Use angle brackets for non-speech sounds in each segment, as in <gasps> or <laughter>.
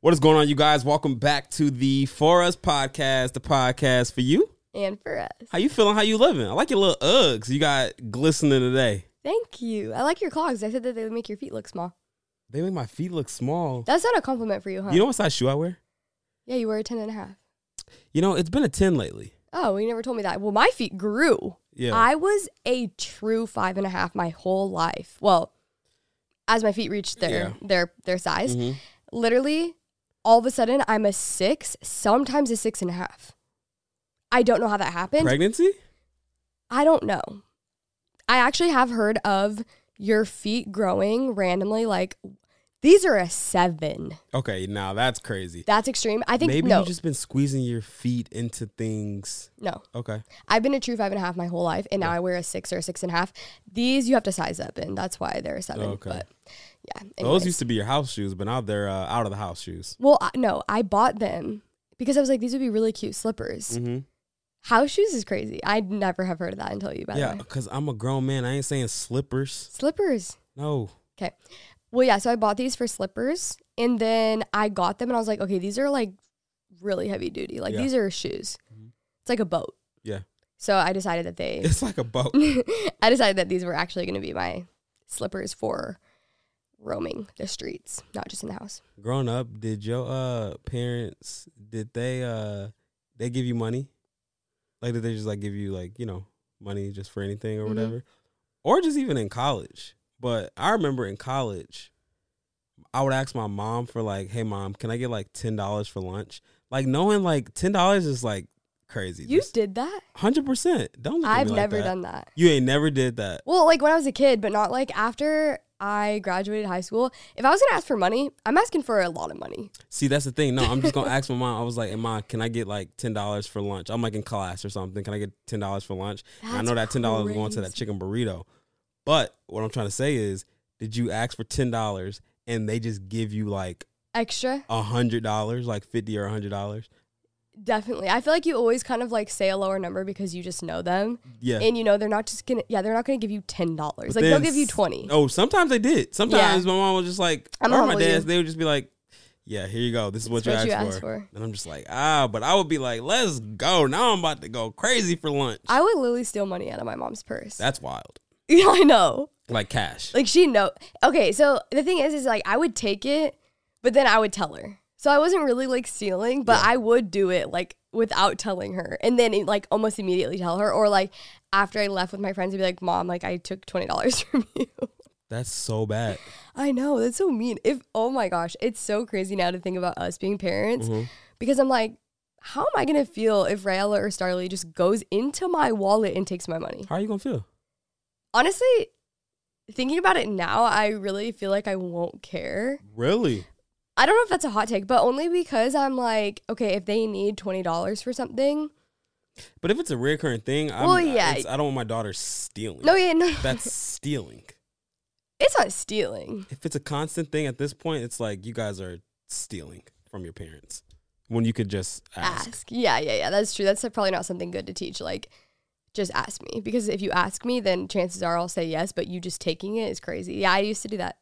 What is going on, you guys? Welcome back to the For Us podcast, the podcast for you. and for us. How you feeling? How you living? I like your little Uggs. You got glistening today. Thank you. I like your clogs. I said that they would make your feet look small. They make my feet look small. That's not a compliment for you, huh? Oh. You know what size shoe I wear? yeah, you wear a 10 and a half. You know, it's been a 10 lately. Oh, well, you never told me that. Well, my feet grew. Yeah. I was a true five and a half my whole life. Well, as my feet reached their their their size, Mhm. literally all of a sudden I'm a six, sometimes a six and a half. I don't know how that happened. Pregnancy? I don't know. I actually have heard of your feet growing randomly, like these are a seven. Okay, now that's crazy. That's extreme. I think Maybe no, you've just been squeezing your feet into things. no. Okay. I've been a true five and a half my whole life, and now I wear a six or a six and a half. These you have to size up, and that's why they're a seven. Okay. But yeah, Those used to be your house shoes, but now they're uh, out of the house shoes. Well, I, no, I bought them because I was like, these would be really cute slippers. Mhm. House shoes is crazy. I'd never have heard of that until you. By Yeah, the way, because I'm a grown man. I ain't saying slippers. slippers. No. Okay. Well, yeah, so I bought these for slippers and then I got them and I was like, okay, these are like really heavy duty. Like Yeah. these are shoes. It's like a boat. Yeah. So I decided that they <laughs> It's like a boat. <laughs> I decided that these were actually going to be my slippers for roaming the streets, not just in the house. Growing up, did your uh parents did they uh they give you money? Like did they just like give you like, you know, money just for anything or Mhm. whatever? Or just even in college. But I remember in college I would ask my mom for like, "Hey mom, can I get like $10 for lunch?" Like knowing like $10 is like crazy. You did that? 100%. Don't look at I've me like never that. done that. You ain't never did that. Well, like when I was a kid, but not like after I graduated high school. If I was going to ask for money, I'm asking for a lot of money. See, that's the thing. No, I'm just gonna ask my mom. I was like, "Hey, mom, can I get like ten dollars for lunch? I'm like in class or something. Can I get ten dollars for lunch?" And I That's know that ten dollars was going to that crazy. chicken burrito. But what I'm trying to say is, did you ask for ten dollars and they just give you like Extra? a hundred dollars, like fifty or a hundred dollars? Definitely. I feel like you always kind of like say a lower number because you just know them. Yeah. And you know they're not just gonna yeah, they're not gonna give you ten dollars. But Like they'll then give you s- twenty. Oh, sometimes they did. Sometimes my mom was just like, I'm or gonna my humble you. dad, they would just be like, "Yeah, here you go. This is what, It's you, what asked, you for. asked for. And I'm just like, ah, but I would be like, "Let's go." Now I'm about to go crazy for lunch. I would literally steal money out of my mom's purse. that's wild. <laughs> yeah, I know. Like cash. Like she know. Okay, so the thing is, is like I would take it, but then I would tell her. So I wasn't really like stealing, but I would do it like without telling her, and then like almost immediately tell her, or like after I left with my friends, I'd be like, "Mom, like I took twenty dollars <laughs> from you." That's so <laughs> bad. I know that's so mean. If oh my gosh, it's so crazy now to think about us being parents, Mm-hmm. because I'm like. How am I gonna feel if Rayla or Starly just goes into my wallet and takes my money? How are you gonna feel? honestly, thinking about it now, I really feel like I won't care. Really? I don't know if that's a hot take, but only because I'm like, okay, if they need twenty dollars for something, But if it's a recurring thing, I'm, Well, I- yeah. it's- I don't want my daughter stealing. no, yeah, no, <laughs> that's stealing. it's not stealing. If it's a constant thing at this point, it's like you guys are stealing from your parents when you could just ask. Ask. yeah, yeah, yeah. That's true. That's probably not something good to teach. Like, just ask me because if you ask me, then chances are I'll say yes. But you just taking it is crazy. Yeah, I used to do that.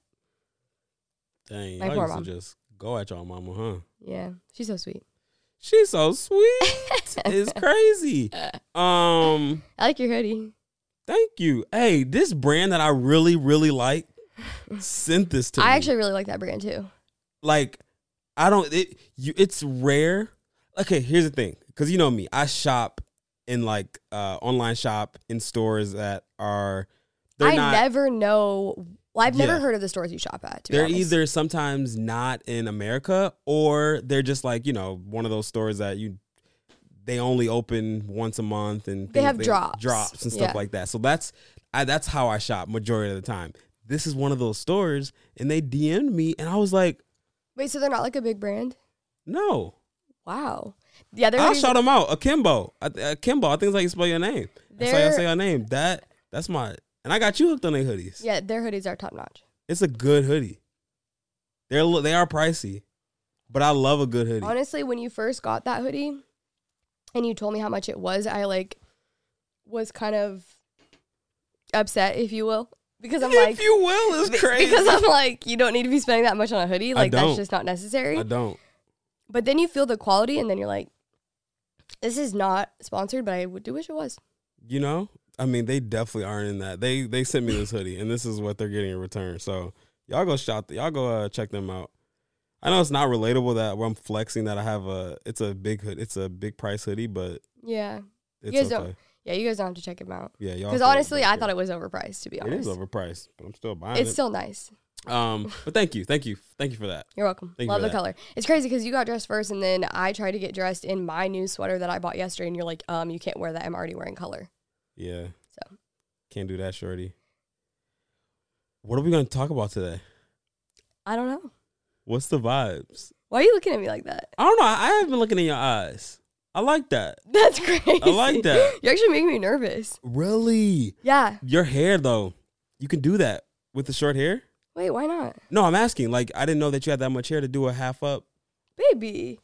Dang, My y'all poor used mom. to just go at y'all mama, huh? Yeah, she's so sweet. She's so <laughs> sweet. it's crazy. Um, I like your hoodie. thank you. Hey, this brand that I really, really <laughs> like sent this to me. I actually really like that brand too. like I don't it you it's rare. Okay, here's the thing. Cause you know me, I shop in like uh online shop in stores that are they're I not never know. Well, I've Yeah. never heard of the stores you shop at. To be they're honest. either sometimes not in America or they're just like, you know, one of those stores that you they only open once a month and They things- have drops. drops and stuff Yeah. like that. So that's I, that's how I shop majority of the time. This is one of those stores and they DM'd me and I was like, Wait, so they're not like a big brand? "No." Wow. Yeah, they're. I'll gonna be- shout them out. Akimbo. I- Akimbo. I think it's like you spell your name. That's how y'all They're- say your name. That that's my and I got you hooked on their hoodies. Yeah, their hoodies are top notch. It's a good hoodie. They're a li- they are pricey, but I love a good hoodie. Honestly, when you first got that hoodie, and you told me how much it was, I like was kind of upset, if you will, because I'm <laughs> like, if you will, it's be- crazy. because I'm like, you don't need to be spending that much on a hoodie. I Like don't. that's just not necessary. I don't. But then you feel the quality, and then you're like, this is not sponsored, but I would do wish it was. You know, I mean, they definitely aren't in that. They they sent me this hoodie, and this is what they're getting in return. So y'all go shop. Y'all go uh, check them out. I know it's not relatable that I'm flexing that I have a. It's a big hood. It's a big price hoodie, but Yeah, it's guys okay. don't- yeah, you guys don't have to check them out. Yeah, y'all. Because feel honestly, about I thought it was overpriced. To be It is honest, overpriced, but I'm still buying it's it. still nice. <laughs> um, but thank you, thank you, thank you for that. You're welcome. Thank you Love for the that. color. It's crazy because you got dressed first, and then I tried to get dressed in my new sweater that I bought yesterday, and you're like, um, you can't wear that. I'm already wearing color. Yeah. So. Can't do that, shorty. What are we gonna talk about today? I don't know. What's the vibes? Why are you looking at me like that? <laughs> I don't know. I I have been looking in your eyes. I like that. That's crazy. like <laughs> that. You're actually making me nervous. Really? Yeah. Your hair though, you can do that with the short hair. Wait, why not, No, I'm asking. Like, I didn't know that you had that much hair to do a half up. baby?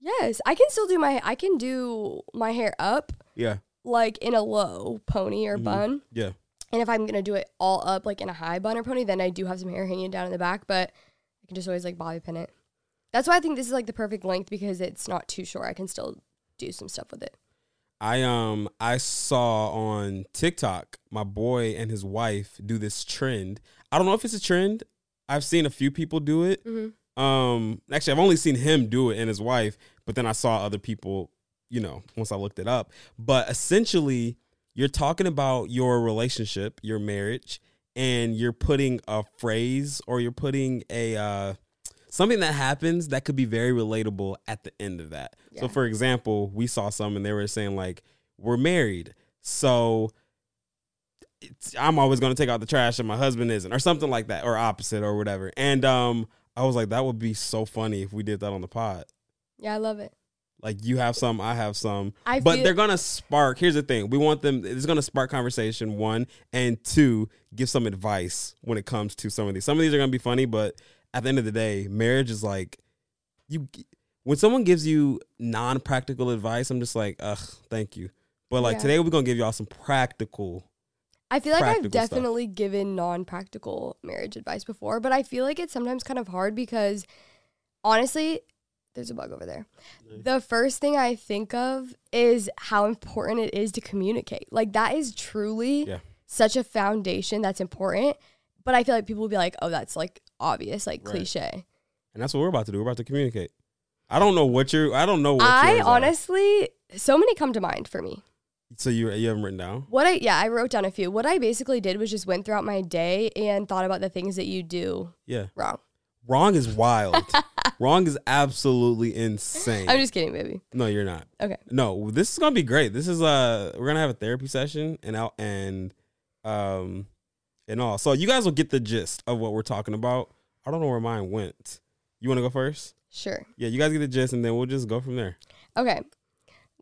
Yes, I can still do my. I can do my hair up, Yeah. like in a low pony or Mhm. bun. Yeah. And if I'm gonna do it all up, like in a high bun or pony, then I do have some hair hanging down in the back, but I can just always like bobby pin it. That's why I think this is like the perfect length because it's not too short. I can still do some stuff with it. I um I saw on TikTok my boy and his wife do this trend. I don't know if it's a trend. I've seen a few people do it. Um actually I've only seen him do it and his wife, but then I saw other people, you know, once I looked it up. But essentially, you're talking about your relationship, your marriage, and you're putting a phrase or you're putting a uh something that happens that could be very relatable at the end of that. So Yeah. for example, we saw some and they were saying like we're married. So it's, I'm always going to take out the trash and my husband isn't or something like that or opposite or whatever. And um I was like that would be so funny if we did that on the pod. Yeah, I love it. Like you have some, I have some. I but feel- they're gonna spark. Here's the thing: we want them. It's gonna spark conversation. One and two, give some advice when it comes to some of these. Some of these are gonna be funny, but at the end of the day, marriage is like you. When someone gives you non-practical advice, I'm just like, ugh, thank you. But like Yeah. today, we're gonna give y'all some practical. I feel like I've Practical stuff. definitely given non practical marriage advice before, but I feel like it's sometimes kind of hard because honestly, there's a bug over there. The first thing I think of is how important it is to communicate. Like, that is truly Yeah. such a foundation that's important. But I feel like people will be like, oh, that's like obvious, like Right. cliche. And that's what we're about to do. We're about to communicate. I don't know what you're. I don't know what. I yours are. honestly, so many come to mind for me. So you you haven't written down. What I, yeah, I wrote down a few. What I basically did was just went throughout my day and thought about the things that you do Yeah. wrong. Wrong is wild. <laughs> Wrong is absolutely insane. I'm just kidding, baby. no, you're not. Okay. No, this is gonna be great. This is uh we're gonna have a therapy session and out and um and all. So you guys will get the gist of what we're talking about. I don't know where mine went. You wanna go first? Sure. Yeah, you guys get the gist and then we'll just go from there. Okay.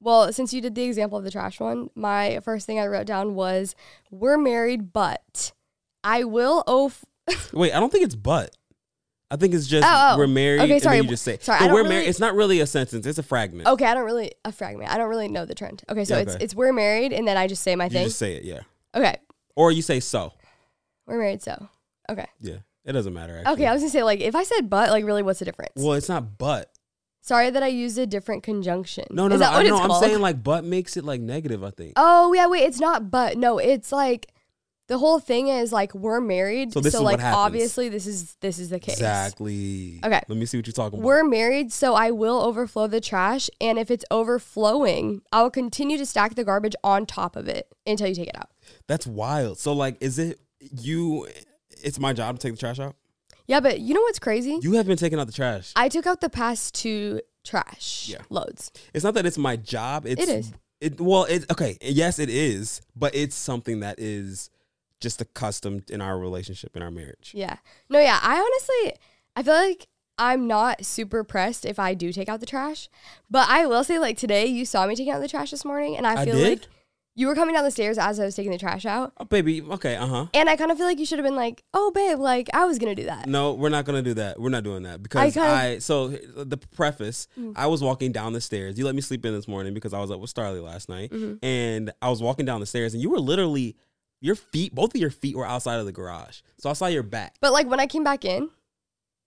Well, since you did the example of the trash one, my first thing I wrote down was we're married, but I will owe. F- Wait, I don't think it's but. I think it's just Oh, oh. we're married Okay, and sorry. then you just say Sorry, So I don't we're really- married. It's not really a sentence, it's a fragment. okay, I don't really a fragment. I don't really know the trend. Okay, so Yeah, it's okay. it's we're married, and then I just say my you thing. just say it, yeah. okay, Or you say so. we're married, so okay. Yeah. It doesn't matter actually. Okay, I was gonna say like if I said but, like really, what's the difference? well, it's not but. Sorry that I used a different conjunction. No, no, Is no. that what I it's know. I'm called? saying like but makes it like negative, I think. Oh yeah, wait. It's not but. No, it's like the whole thing is like we're married, So so, this is what like happens. obviously this is this is the case. Exactly. Okay. Let me see what you're talking about. We're married, so I will overflow the trash, and if it's overflowing, I will continue to stack the garbage on top of it until you take it out. That's wild. So like, is it you? It's my job to take the trash out. Yeah, but you know what's crazy? You have been taking out the trash. Mm-hmm. I took out the past two trash Yeah. loads. It's not that it's my job. It's, is. It well, it okay. Yes, it is, but it's something that is just accustomed in our relationship in our marriage. Yeah. No, yeah. I honestly, I feel like I'm not super pressed if I do take out the trash. But I will say, like, today you saw me taking out the trash this morning, and I I feel did? like you were coming down the stairs as I was taking the trash out. Oh, baby. Okay. Uh huh. And I kind of feel like you should have been like, oh, babe, like, I was going to do that. No, we're not gonna do that. We're not doing that because kinda- Mm. I, so the preface. I was walking down the stairs. You let me sleep in this morning because I was up with Starly last night, Mm-hmm. and I was walking down the stairs, and you were literally your feet. Both of your feet were outside of the garage, so I saw your back. But, like, when I came back in,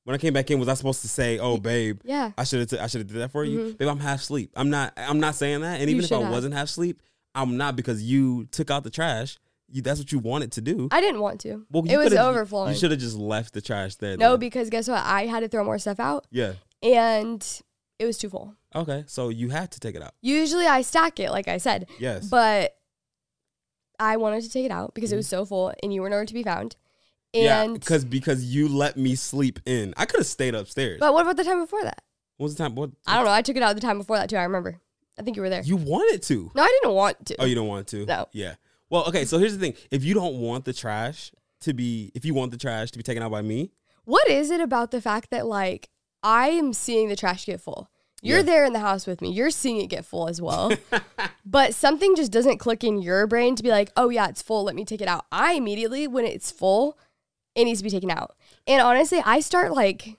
When I came back in, was I supposed to say, "Oh, babe, yeah. I should have t- I should have did that for you, babe"? I'm half asleep. I'm not. I'm not saying that. And Mm-hmm. You even if I should have. wasn't half asleep, I'm not because you took out the trash. You, that's what you wanted to do. I didn't want to. Well, you it was coulda- overflowing. You should have just left the trash there. no, then. because guess what? I had to throw more stuff out, yeah. and it was too full. Okay, so you had to take it out. Usually I stack it, like I said. Yes. But I wanted to take it out because it was Mm-hmm. so full and you were nowhere to be found. And because because you let me sleep in. I could have stayed upstairs. but what about the time before that? what was the time? What I don't know. I took it out the time before that too. I remember. I think you were there. you wanted to? no, I didn't want to. Oh, you don't want to? No. Yeah. Well, okay. So here's the thing: if you don't want the trash to be, if you want the trash to be taken out by me, what is it about the fact that like I am seeing the trash get full? You're Yeah. there in the house with me. You're seeing it get full <laughs> as well. but something just doesn't click in your brain to be like, "Oh yeah, it's full. Let me take it out." I immediately when it's full, it needs to be taken out. And honestly, I start like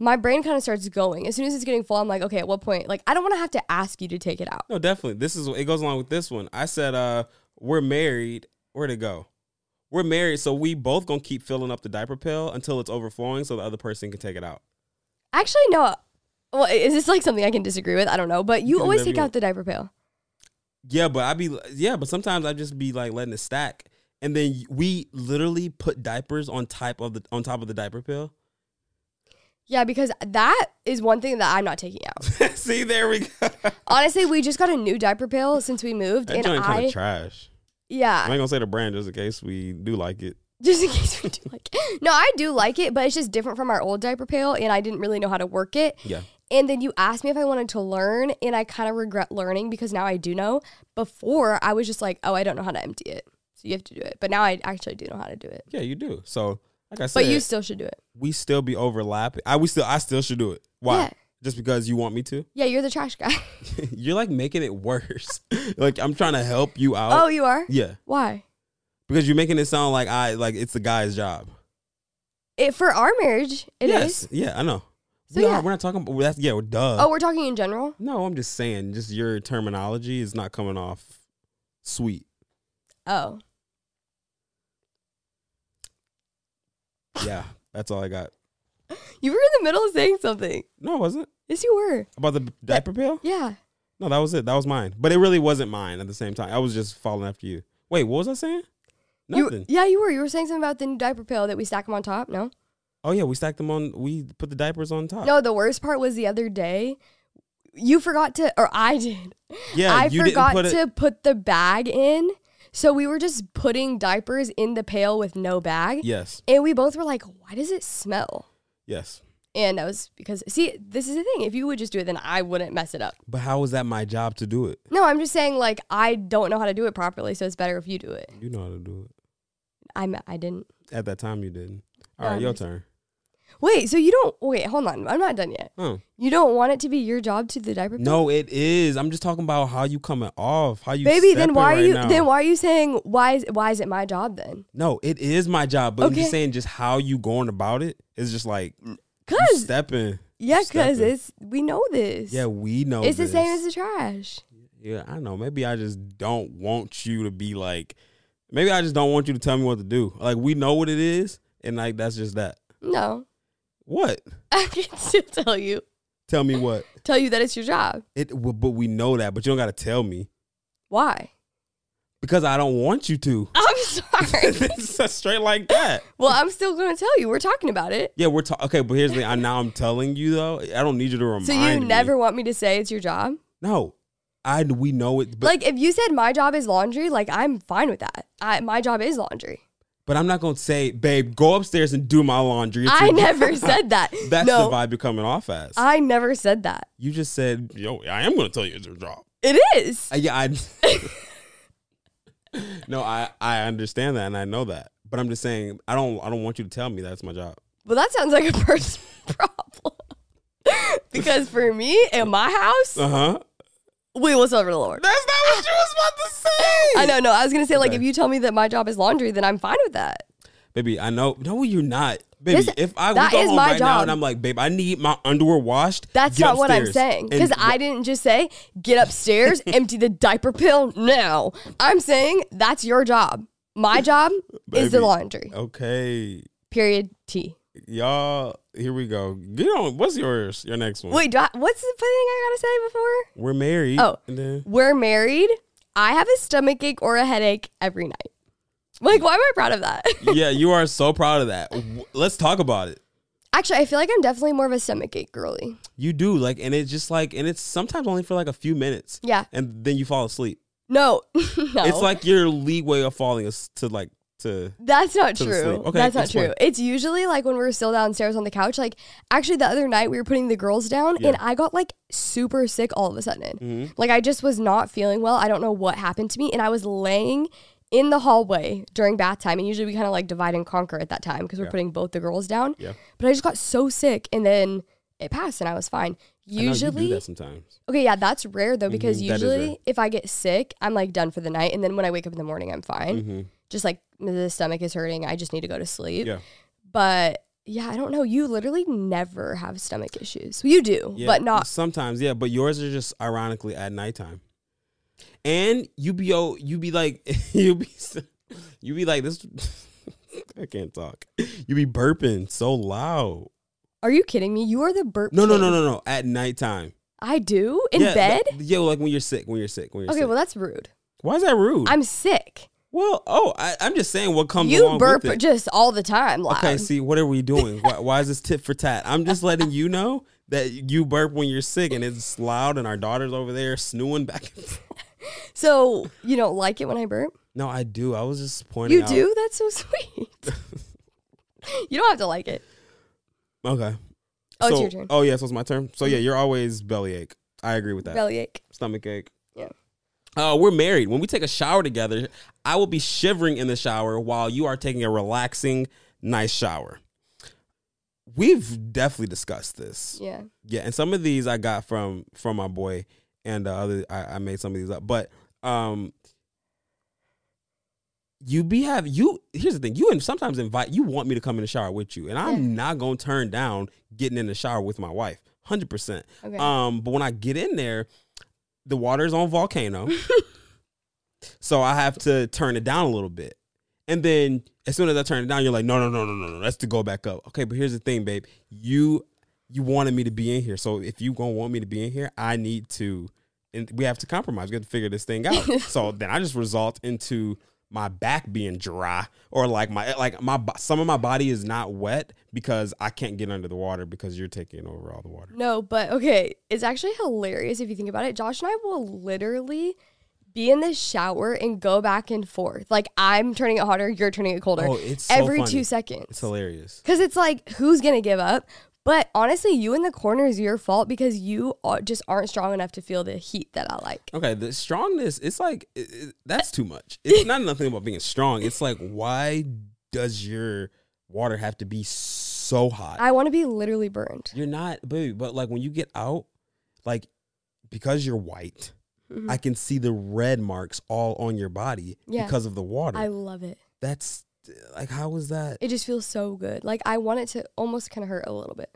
my brain kind of starts going. As soon as it's getting full, I'm like, "Okay, at what point? Like I don't want to have to ask you to take it out." no, definitely. This is it goes along with this one. I said, uh, we're married. Where'd it go? We're married, so we both gonna keep filling up the diaper pill until it's overflowing, so the other person can take it out. Actually, no. Well, is this like something I can disagree with? I don't know, but You you, can do always whatever you take out want. the diaper pail. Yeah, but I be yeah, but sometimes I just be like letting it stack, and then we literally put diapers on type of the on top of the diaper pill. <laughs> Yeah, because that is one thing that I'm not taking out. See, there <laughs> we go. Honestly, we just got a new diaper pail since we moved, That and joint kind I of trash. I yeah, ain't gonna say the brand just in case we do like it. <laughs> just in case we do like it. No, I do like it, but it's just different from our old diaper pail, and I didn't really know how to work it. Yeah. And then you asked me if I wanted to learn, and I kind of regret learning because now I do know. Before I was just like, oh, I don't know how to empty it, so you have to do it. But now I actually do know how to do it. Yeah, you do. So, like I said, But you still should do it. we still be overlapping. I we still I still should do it. Why? Yeah. Just because you want me to? <laughs> Yeah, you're the trash guy. <laughs> You're like making it worse. <laughs> like I'm trying to help you out. oh, you are. yeah, Why? because you're making it sound like I like it's the guy's job. It for our marriage, it is. yes. Uh. Yeah, I know. So, we are, yeah. We're not talking about that's yeah. We're duh. Oh, we're talking in general. No, I'm just saying, just your terminology is not coming off sweet. Oh, Yeah, that's all I got. you were in the middle of saying something. No, it wasn't Yes, you were. about the diaper pill. Yeah. No, that was it. That was mine, but it really wasn't mine. At the same time, I was just falling after you. Wait, what was I saying? You- Nothing. yeah, you were. You were saying something about the new diaper pill that we stack them on top. No, oh yeah, we stacked them on. We put the diapers on top. no. The worst part was the other day. You forgot to, or I did. yeah, I you forgot didn't put to It, put the bag in, so we were just putting diapers in the pail with no bag, yes, and we both were like, "Why does it smell?" yes. And that was because, see, this is the thing. If you would just do it, then I wouldn't mess it up. But how is that my job to do it? No, I'm just saying, like, I don't know how to do it properly, so it's better if you do it. You know how to do it. I'm, I didn't. At that time, you didn't. All No, right, I'm your just- turn. Wait, so you don't, wait, hold on. I'm not done yet. Oh. You don't want it to be your job to the diaper pill? No, it is. I'm just talking about how you coming off. How you baby then stepping why are right you now. then why are you saying why is why is it my job then No, it is my job, but I'm just Okay. saying just how you going about it is just like you because stepping. yeah you because stepping. it's we know this yeah, we know it's this. the same as the trash yeah. I know. Maybe I just don't want you to be like. Maybe I just don't want you to tell me what to do. Like we know what it is, and like that's just that. no <laughs> What? i can still tell you Tell me what tell you that it's your job it. w- But we know that. But you don't got to tell me why <laughs> because I don't want you to. <laughs> i'm sorry. it's just straight like that. well, I'm still going to tell you. We're talking about it. Yeah, we're talking. Okay, but here's the thing. I, now I'm telling you though. I don't need you to remind. So you me. never want me to say it's your job? No, I we know it. But, like if you said my job is laundry, like I'm fine with that. I, my job is laundry. but I'm not gonna say, babe, go upstairs and do my laundry. It's I your- never said that. <laughs> That's no, the vibe you're coming off as. I never said that. you just said, yo, I am gonna tell you it's your job. It is. Uh, yeah, I. <laughs> no, I I understand that and I know that, but I'm just saying I don't I don't want you to tell me that's my job. Well, that sounds like a <laughs> personal problem. <laughs> because for me in my house, Uh huh. we will serve the Lord. That's not what you was about to say. <laughs> I know. No, I was gonna say like Okay. if you tell me that my job is laundry, then I'm fine with that. baby. I know. No, you're not, baby. This- if I we that go is home my right now and job. I'm like, babe, I need my underwear washed. That's get not what I'm upstairs saying. and- Because I didn't just say get <laughs> upstairs, empty the diaper pill. No, I'm saying that's your job. My job is the Baby. laundry. Okay, Period. T. y'all. Here we go. Get on. What's yours? Your next one. Wait, do I, what's the thing I gotta say before? We're married. Oh. And then, We're married. I have a stomach ache or a headache every night. Like, why am I proud of that? <laughs> yeah, you are so proud of that. W- Let's talk about it. Actually, I feel like I'm definitely more of a stomach ache girly. You do like, and it's just like, and it's sometimes only for like a few minutes, Yeah. and then you fall asleep. No, <laughs> no. It's like your leeway of falling is to like to. That's not to true. the sleep. Okay, That's not explain. true. It's usually like when we're still downstairs on the couch. Like actually, the other night we were putting the girls down, Yeah. Mm-hmm. and I got like super sick all of a sudden. Like I just was not feeling well. I don't know what happened to me, and I was laying in the hallway during bath time. And usually we kind of like divide and conquer at that time because we're putting both the girls down. Yeah. But I just got so sick, and then it passed, and I was fine. I know you do Usually, that sometimes. okay, yeah, that's rare though because Mhm, that is rare. usually if I get sick, I'm like done for the night, and then when I wake up in the morning, I'm fine hmm just like the stomach is hurting. I just need to go to sleep. Yeah. But yeah, I don't know. You literally never have stomach issues. You do, but not. sometimes. Yeah, but yours are just ironically at nighttime, and you be oh, you be like <laughs> you be s- you be like this. <laughs> I can't talk. You be burping so loud. Are you kidding me? You are the burp. No, no, king. no, no, no. At nighttime I do in Yeah, bed. th- yeah, like when you're sick. When you're sick. When you're okay, sick. well that's rude. Why is that rude? I'm sick. well, oh, I, I'm just saying what comes. You along burp With it. just all the time. Loud. Okay, see, what are we doing? why, why is this tit for tat? I'm just letting you know that you burp when you're sick and it's loud, and our daughter's over there snooing back and forth. So you don't like it when I burp? No, I do. I was just pointing You out. do? That's <laughs> so <laughs> sweet. you don't have to like it. Okay. Oh, so, it's your turn. Mm-hmm. Oh, yeah, so it's my turn. So, yeah, you're always bellyache. I agree with that. Bellyache. Stomach ache. Yeah. Uh, we're married. When we take a shower together, I will be shivering in the shower while you are taking a relaxing, nice shower. We've definitely discussed this. Yeah. Yeah, and some of these I got from from my boy, and the other I, I made some of these up. But um, you be have you. Here's the thing: you and sometimes invite you want me to come in the shower with you, and I'm Yeah. not gonna turn down getting in the shower with my wife, hundred percent. Okay. Um, but when I get in there, the water's on volcano, so I have to turn it down a little bit. And then as soon as I turn it down, you're like, no, no, no, no, no, no, that's to go back up. Okay, but here's the thing, babe. You you wanted me to be in here, so if you gonna want me to be in here, I need to, and we have to compromise. We have to figure this thing out. so then I just result into my back being dry or like my like my bo- some of my body is not wet because I can't get under the water because you're taking over all the water. No, but okay, it's actually hilarious if you think about it. Josh and I will literally be in the shower and go back and forth. Like I'm turning it hotter, you're turning it colder. Oh, it's so every funny. two It's seconds. hilarious. Because it's like who's gonna give up? But honestly, you in the corner is your fault because you are, just aren't strong enough to feel the heat that I like. Okay, the strongness, it's like, it, it- Uh, that's too much. <laughs> It's not nothing about being strong. It's like, why does your water have to be so hot? I want to be literally burned. You're not, baby, but like when you get out, like, because you're white, I can see the red marks all on your body Mm-hmm. Yeah. because of the water. I love it. that's like, how is that? It just feels so good. Like I want it to almost kind of hurt a little bit.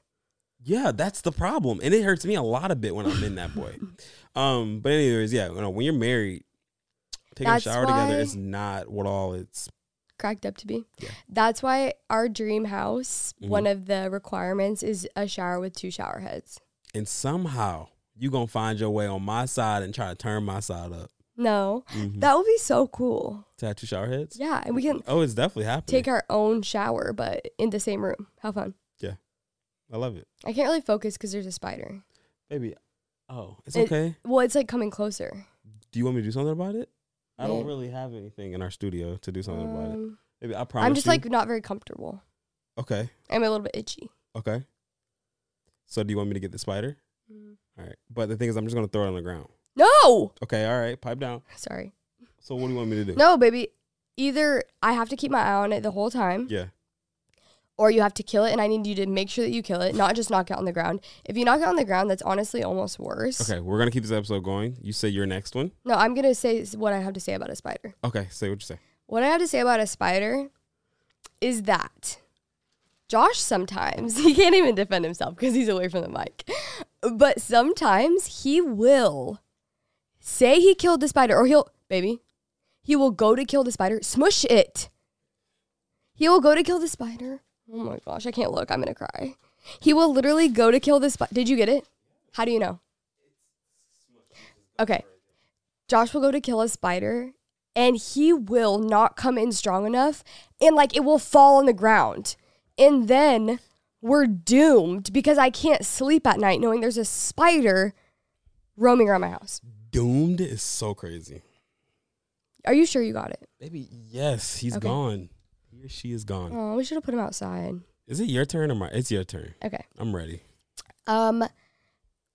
Yeah, that's the problem, and it hurts me a lot a bit when I'm in that <laughs> boy. um, but anyways, yeah, you know, when you're married, taking That's a shower why- together is not what all it's. cracked up to be. That's why our dream house, Mm-hmm. one of the requirements is a shower with two shower heads. And somehow you gonna find your way on my side and try to turn my side up. No, Mhm. that would be so cool. Tattoo shower heads? Yeah, and we can Oh, it's definitely happening. take our own shower, but in the same room. How fun! I love it. I can't really focus because there's a spider. Baby. Oh, it's It- okay. Well, it's like coming closer. Do you want me to do something about it? I don't Yeah. really have anything in our studio to do something about it. Um, Maybe I promise. I'm just you- like not very comfortable. Okay. I'm a little bit itchy. Okay. So do you want me to get the spider? Mm. All right. But the thing is I'm just gonna throw it on the ground. No, Okay, all right, pipe down. sorry, So what do you want me to do? no, baby. Either I have to keep my eye on it the whole time, Yeah. or you have to kill it, and I need you to make sure that you kill it, not just knock it on the ground. If you knock it on the ground, that's honestly almost worse. Okay, we're gonna keep this episode going. You say your next one. No, I'm gonna say s- what I have to say about a spider. Okay, say what you say. What I have to say about a spider is that Josh sometimes <laughs> he can't even defend himself because he's away from the mic. But sometimes he will say he killed the spider or he'll baby, he will go to kill the spider, smush it. He will go to kill the spider. Oh my gosh, I can't look. I'm gonna cry. He will literally go to kill the spider. Did you get it? How do you know? Okay. Josh will go to kill a spider and he will not come in strong enough and like it will fall on the ground and then we're doomed because i can't sleep at night knowing there's a spider roaming around my house Doomed is so crazy. are you sure you got it Baby, yes, he's Okay. gone. He or she is gone. oh we should have put him outside Is it your turn or my? It's your turn. okay I'm ready. um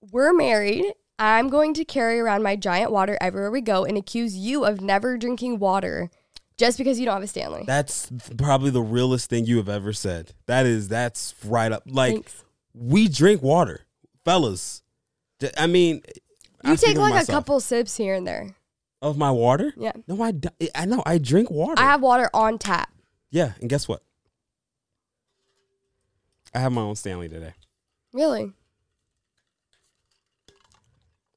we're married i'm going to carry around my giant water everywhere we go and accuse you of never drinking water just because you don't have a stanley That's probably the realest thing you have ever said. That is, that's right up. Like Thanks. we drink water, fellas. J- I mean, you I'm take speaking for like a myself. couple sips here and there of my water. Yeah. No, I. d- I know. I drink water. i have water on tap Yeah, and guess what? I have my own Stanley today. Really?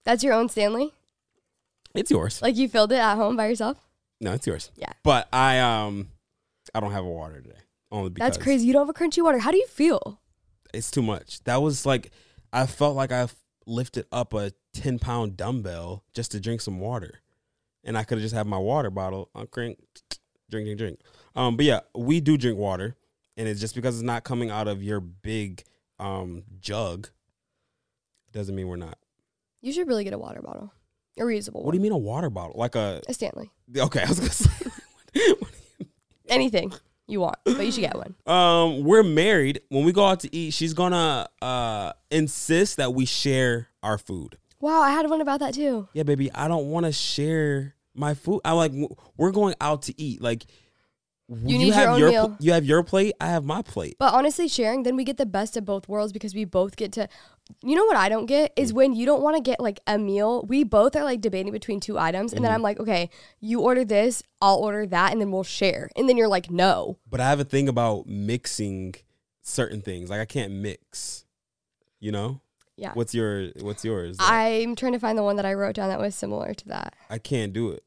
That's your own Stanley? It's yours. Like you filled it at home by yourself? no, it's yours. Yeah. But I um, I don't have a water today. Only because That's crazy. You don't have a crunchy water. How do you feel? it's too much. That was like, I felt like I lifted up a 10 pound dumbbell just to drink some water. And I could have just had my water bottle, uh, drink, drink, drink, drink. Um, but yeah, we do drink water. And it's just because it's not coming out of your big um, jug doesn't mean we're not. You should really get a water bottle. A reusable What one. do you mean a water bottle? Like a, A Stanley. okay, <laughs> I was going to say. what do you Anything you want, but you should <laughs> get one. um we're married when we go out to eat she's gonna uh insist that we share our food Wow, I had one about that too. yeah, baby, I don't want to share my food. I like w- we're going out to eat. Like w- You need your own pl- meal. you have your plate. I have my plate. But honestly, sharing, then we get the best of both worlds because we both get to. You know what I don't get Mm. is when you don't want to get like a meal. We both are like debating between two items, Mm-hmm. and then I'm like, okay, you order this, I'll order that, and then we'll share. And then you're like, no. But I have a thing about mixing certain things. Like I can't mix. You know Yeah. what's your what's yours? Like, I'm trying to find the one that I wrote down that was similar to that. I can't do it.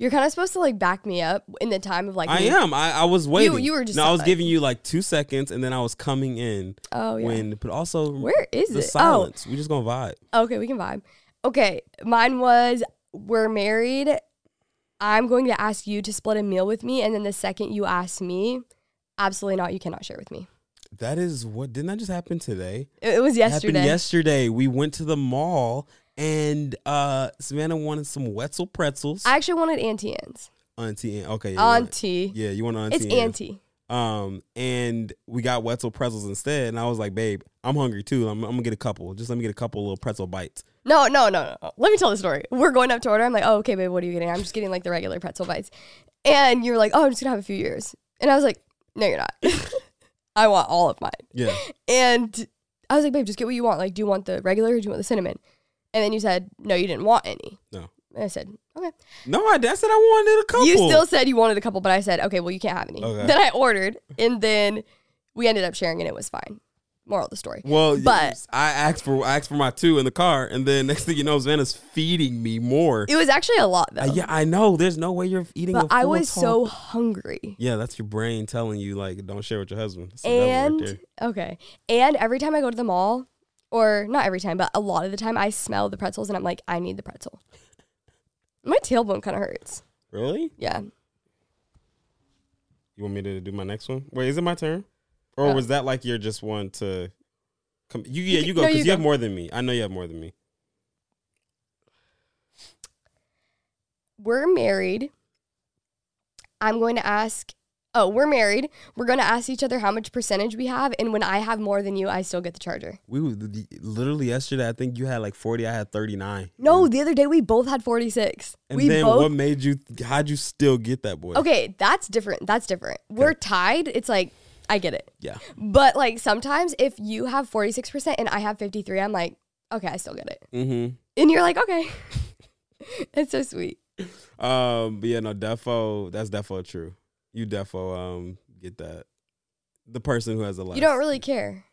You're kind of supposed to like back me up in the time of like I me- am. I, I was waiting. you were just No, I was like- giving you like two seconds, and then I was coming in Oh yeah. when. But also, Where is the it? Oh. silence? We just gonna vibe. okay, we can vibe. Okay, mine was we're married. I'm going to ask you to split a meal with me, and then the second you ask me, absolutely not. You cannot share with me. That is what didn't that just happen today? It, it was yesterday. Happened yesterday. We went to the mall and uh Savannah wanted some Wetzel pretzels. I actually wanted Auntie Anne's. auntie, Ann- okay, yeah, you want- Auntie. yeah, you want auntie. it's Ann. Auntie. Um, and we got Wetzel pretzels instead, and I was like, babe, I'm hungry too. I'm, I'm gonna get a couple. Just let me get a couple little pretzel bites. No, no, no, no. Let me tell the story. We're going up to order. I'm like, oh, okay, babe, what are you getting? I'm just getting like the regular pretzel bites. And you're like, oh, I'm just gonna have a few years. And I was like, no, you're not. <laughs> I want all of mine. <laughs> Yeah, And I was like, babe, just get what you want. Like, do you want the regular or do you want the cinnamon? And then you said, no, you didn't want any. no, And I said, okay. no, I, I said I wanted a couple. You still said you wanted a couple, but I said, okay, well, you can't have any. Okay. Then I ordered, and then we ended up sharing, and it was fine. Moral of the story. Well, <laughs> But- yes, I asked for I asked for my two in the car, and then next thing you know, Savannah's feeding me more. It was actually a lot, though. Uh, yeah, I know. There's no way you're eating. But a I full was tall so hungry. Yeah, that's your brain telling you like don't share with your husband. That's the devil right and there. okay and every time i go to the mall or not every time but a lot of the time i smell the pretzels and i'm like i need the pretzel my tailbone kind of hurts Really? Yeah. You want me to do my next one? Wait, is it my turn? Or Uh, was that like you're just one to come? You yeah, can- you go no, because you, you go. have more than me. I know you have more than me. We're married. I'm going to ask. Oh, we're married. We're going to ask each other how much percentage we have. And when I have more than you, I still get the charger. We were- literally yesterday. I think you had like forty. I had thirty nine. No, the other day we both had 46. And we then both. what made you? How'd you still get that boy? okay, that's different. That's different. We're tied. It's like, I get it. Yeah. But like sometimes if you have 46% and I have 53, I'm like, okay, I still get it. Mm-hmm. And you're like, okay. <laughs> it's so sweet. Um, but yeah, no, defo. That's defo true. You defo. Um, get that. The person who has the last. You don't really care.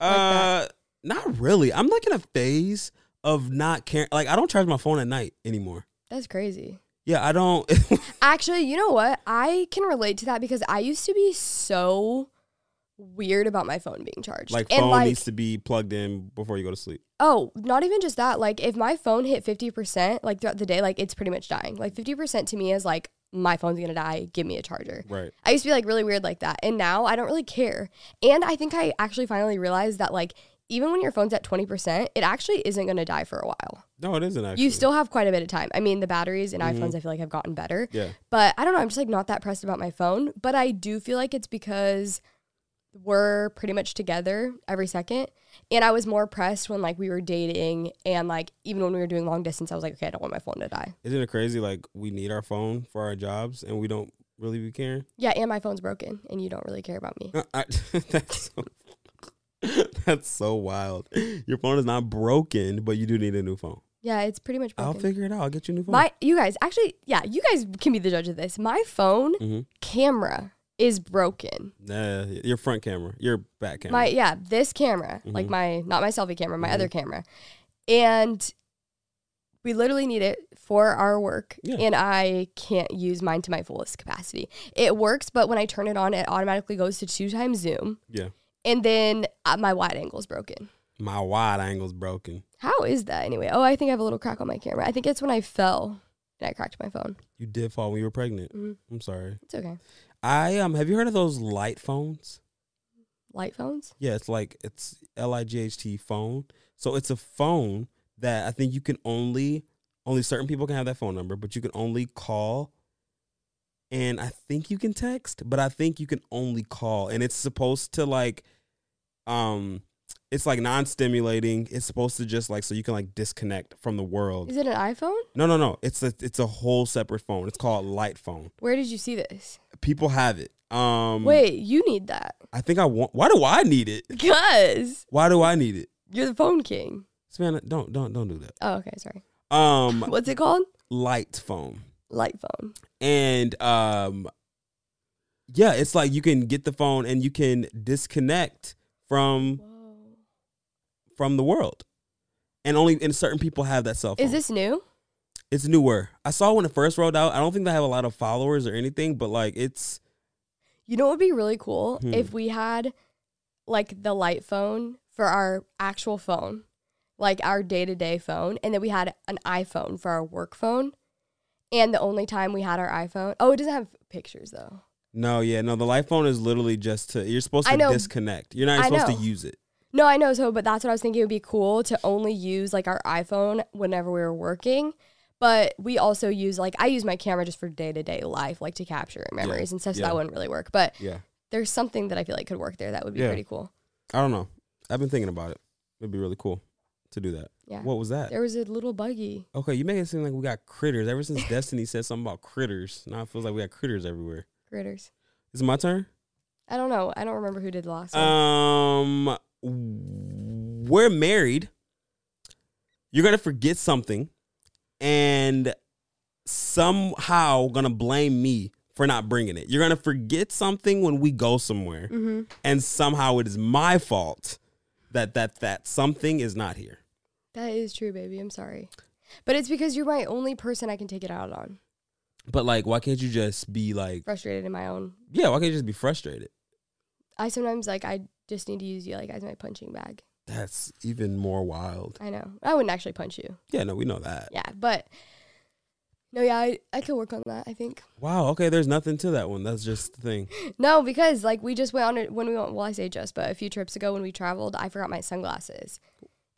like Uh, that? not really. I'm like in a phase of not caring. Like I don't charge my phone at night anymore. That's crazy. Yeah, I don't. <laughs> Actually, you know what? I can relate to that because I used to be so weird about my phone being charged. like and phone like, needs to be plugged in before you go to sleep. oh, not even just that. Like, if my phone hit 50%, like throughout the day, like it's pretty much dying. Like, 50% to me is like, my phone's gonna die. Give me a charger. Right. I used to be like really weird like that. And now I don't really care. And I think I actually finally realized that like even when your phone's at 20%, it actually isn't going to die for a while. No, it isn't actually. You still have quite a bit of time. I mean, the batteries in iPhones I feel like have gotten better. Yeah. But I don't know, I'm just like not that pressed about my phone, but I do feel like it's because we're pretty much together every second. And I was more pressed when like we were dating and like even when we were doing long distance, I was like, okay, I don't want my phone to die. Isn't it crazy? Like we need our phone for our jobs, and we don't really be caring. Yeah, and my phone's broken and you don't really care about me. No, I- <laughs> that's so, <laughs> that's so wild. Your phone is not broken, but you do need a new phone. Yeah, it's pretty much broken. I'll figure it out. I'll get you a new phone. My, you guys, actually, yeah, you guys can be the judge of this. My phone Mhm. camera is broken. Nah, your front camera, your back camera. My, yeah, this camera, like my, not my selfie camera, my other camera, and we literally need it for our work. Yeah. And I can't use mine to my fullest capacity. It works, but when I turn it on, it automatically goes to two times zoom, yeah, and then uh, my wide angle's broken. my wide angle's broken. How is that anyway? Oh, I think I have a little crack on my camera. I think it's when I fell and I cracked my phone. You did fall when you were pregnant. Mhm. I'm sorry. It's okay. I um, have you heard of those light phones? Light phones. Yeah, it's like it's L I G H T phone. So it's a phone that I think you can only only certain people can have that phone number, but you can only call and I think you can text, but I think you can only call and it's supposed to like um it's like non-stimulating. It's supposed to just like so you can like disconnect from the world. Is it an iPhone? No, no, no. It's a it's a whole separate phone. It's called Light Phone. Where did you see this? People have it. Um Wait, you <laughs> need that. I think I want why do I need it? Because Why do I need it? you're the phone king. Savannah, don't don't don't do that. Oh, okay, sorry. <laughs> Um, What's it called? light phone, Light phone. and um, yeah, it's like you can get the phone and you can disconnect from Whoa. from the world, and only and certain people have that cell phone. Is this new? It's newer. I saw when it first rolled out. I don't think they have a lot of followers or anything, but like it's You know what would be really cool Hmm. if we had like the light phone for our actual phone, like our day to day phone, and then we had an iPhone for our work phone. And the only time we had our iPhone, oh, it doesn't have pictures though. no, yeah, no. The light phone is literally just to you're supposed I to know. disconnect. You're not even I supposed know. to use it. No, I know. So, but that's what I was thinking. It would be cool to only use like our iPhone whenever we were working. But we also use like I use my camera just for day to day life, like to capture memories and stuff. So yeah. that wouldn't really work. But Yeah, there's something that I feel like could work there that would be Yeah. pretty cool. I don't know. I've been thinking about it. It'd be really cool to do that. Yeah. What was that? There was a little buggy. Okay, you make it seem like we got critters. Ever since Destiny said something about critters, now it feels like we got critters everywhere. Critters. Is it my turn? I don't know. I don't remember who did the last one. Um, we're married. You're gonna forget something, and somehow gonna blame me for not bringing it. You're gonna forget something when we go somewhere, Mm-hmm. and somehow it is my fault that that that something is not here. That is true, baby. I'm sorry. But it's because you're my only person I can take it out on. But like, why can't you just be like, Frustrated in my own. yeah? Why can't you just be frustrated? I sometimes like I just need to use you like as my punching bag. That's even more wild. I know. I wouldn't actually punch you. Yeah, no, we know that. Yeah, but No, yeah, I, I could work on that, I think. Wow. Okay. There's nothing to that one. That's just the thing. No, because like we just went on it when we went, well, I say just, but a few trips ago when we traveled, I forgot my sunglasses.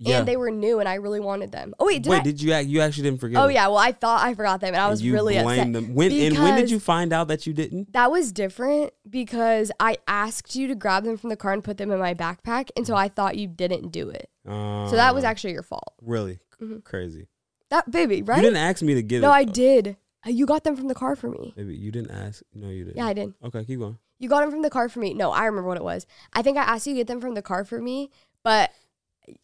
Yeah. And they were new and I really wanted them. Oh, wait, did Wait. I? Did you? Act, you actually didn't forget? oh, them. yeah, well, I thought I forgot them and I was you really upset. blamed Them. When and when did because- you find out that you didn't? That was different because I asked you to grab them from the car and put them in my backpack, and so I thought you didn't do it. Uh, So that was actually your fault. really c- crazy. That baby, You right? didn't ask me to get it. no, I though. did. Uh, You got them from the car for me. Maybe you didn't ask. No, you didn't. Yeah, I did. Okay, keep going. You got them from the car for me. No, I remember what it was. I think I asked you to get them from the car for me, but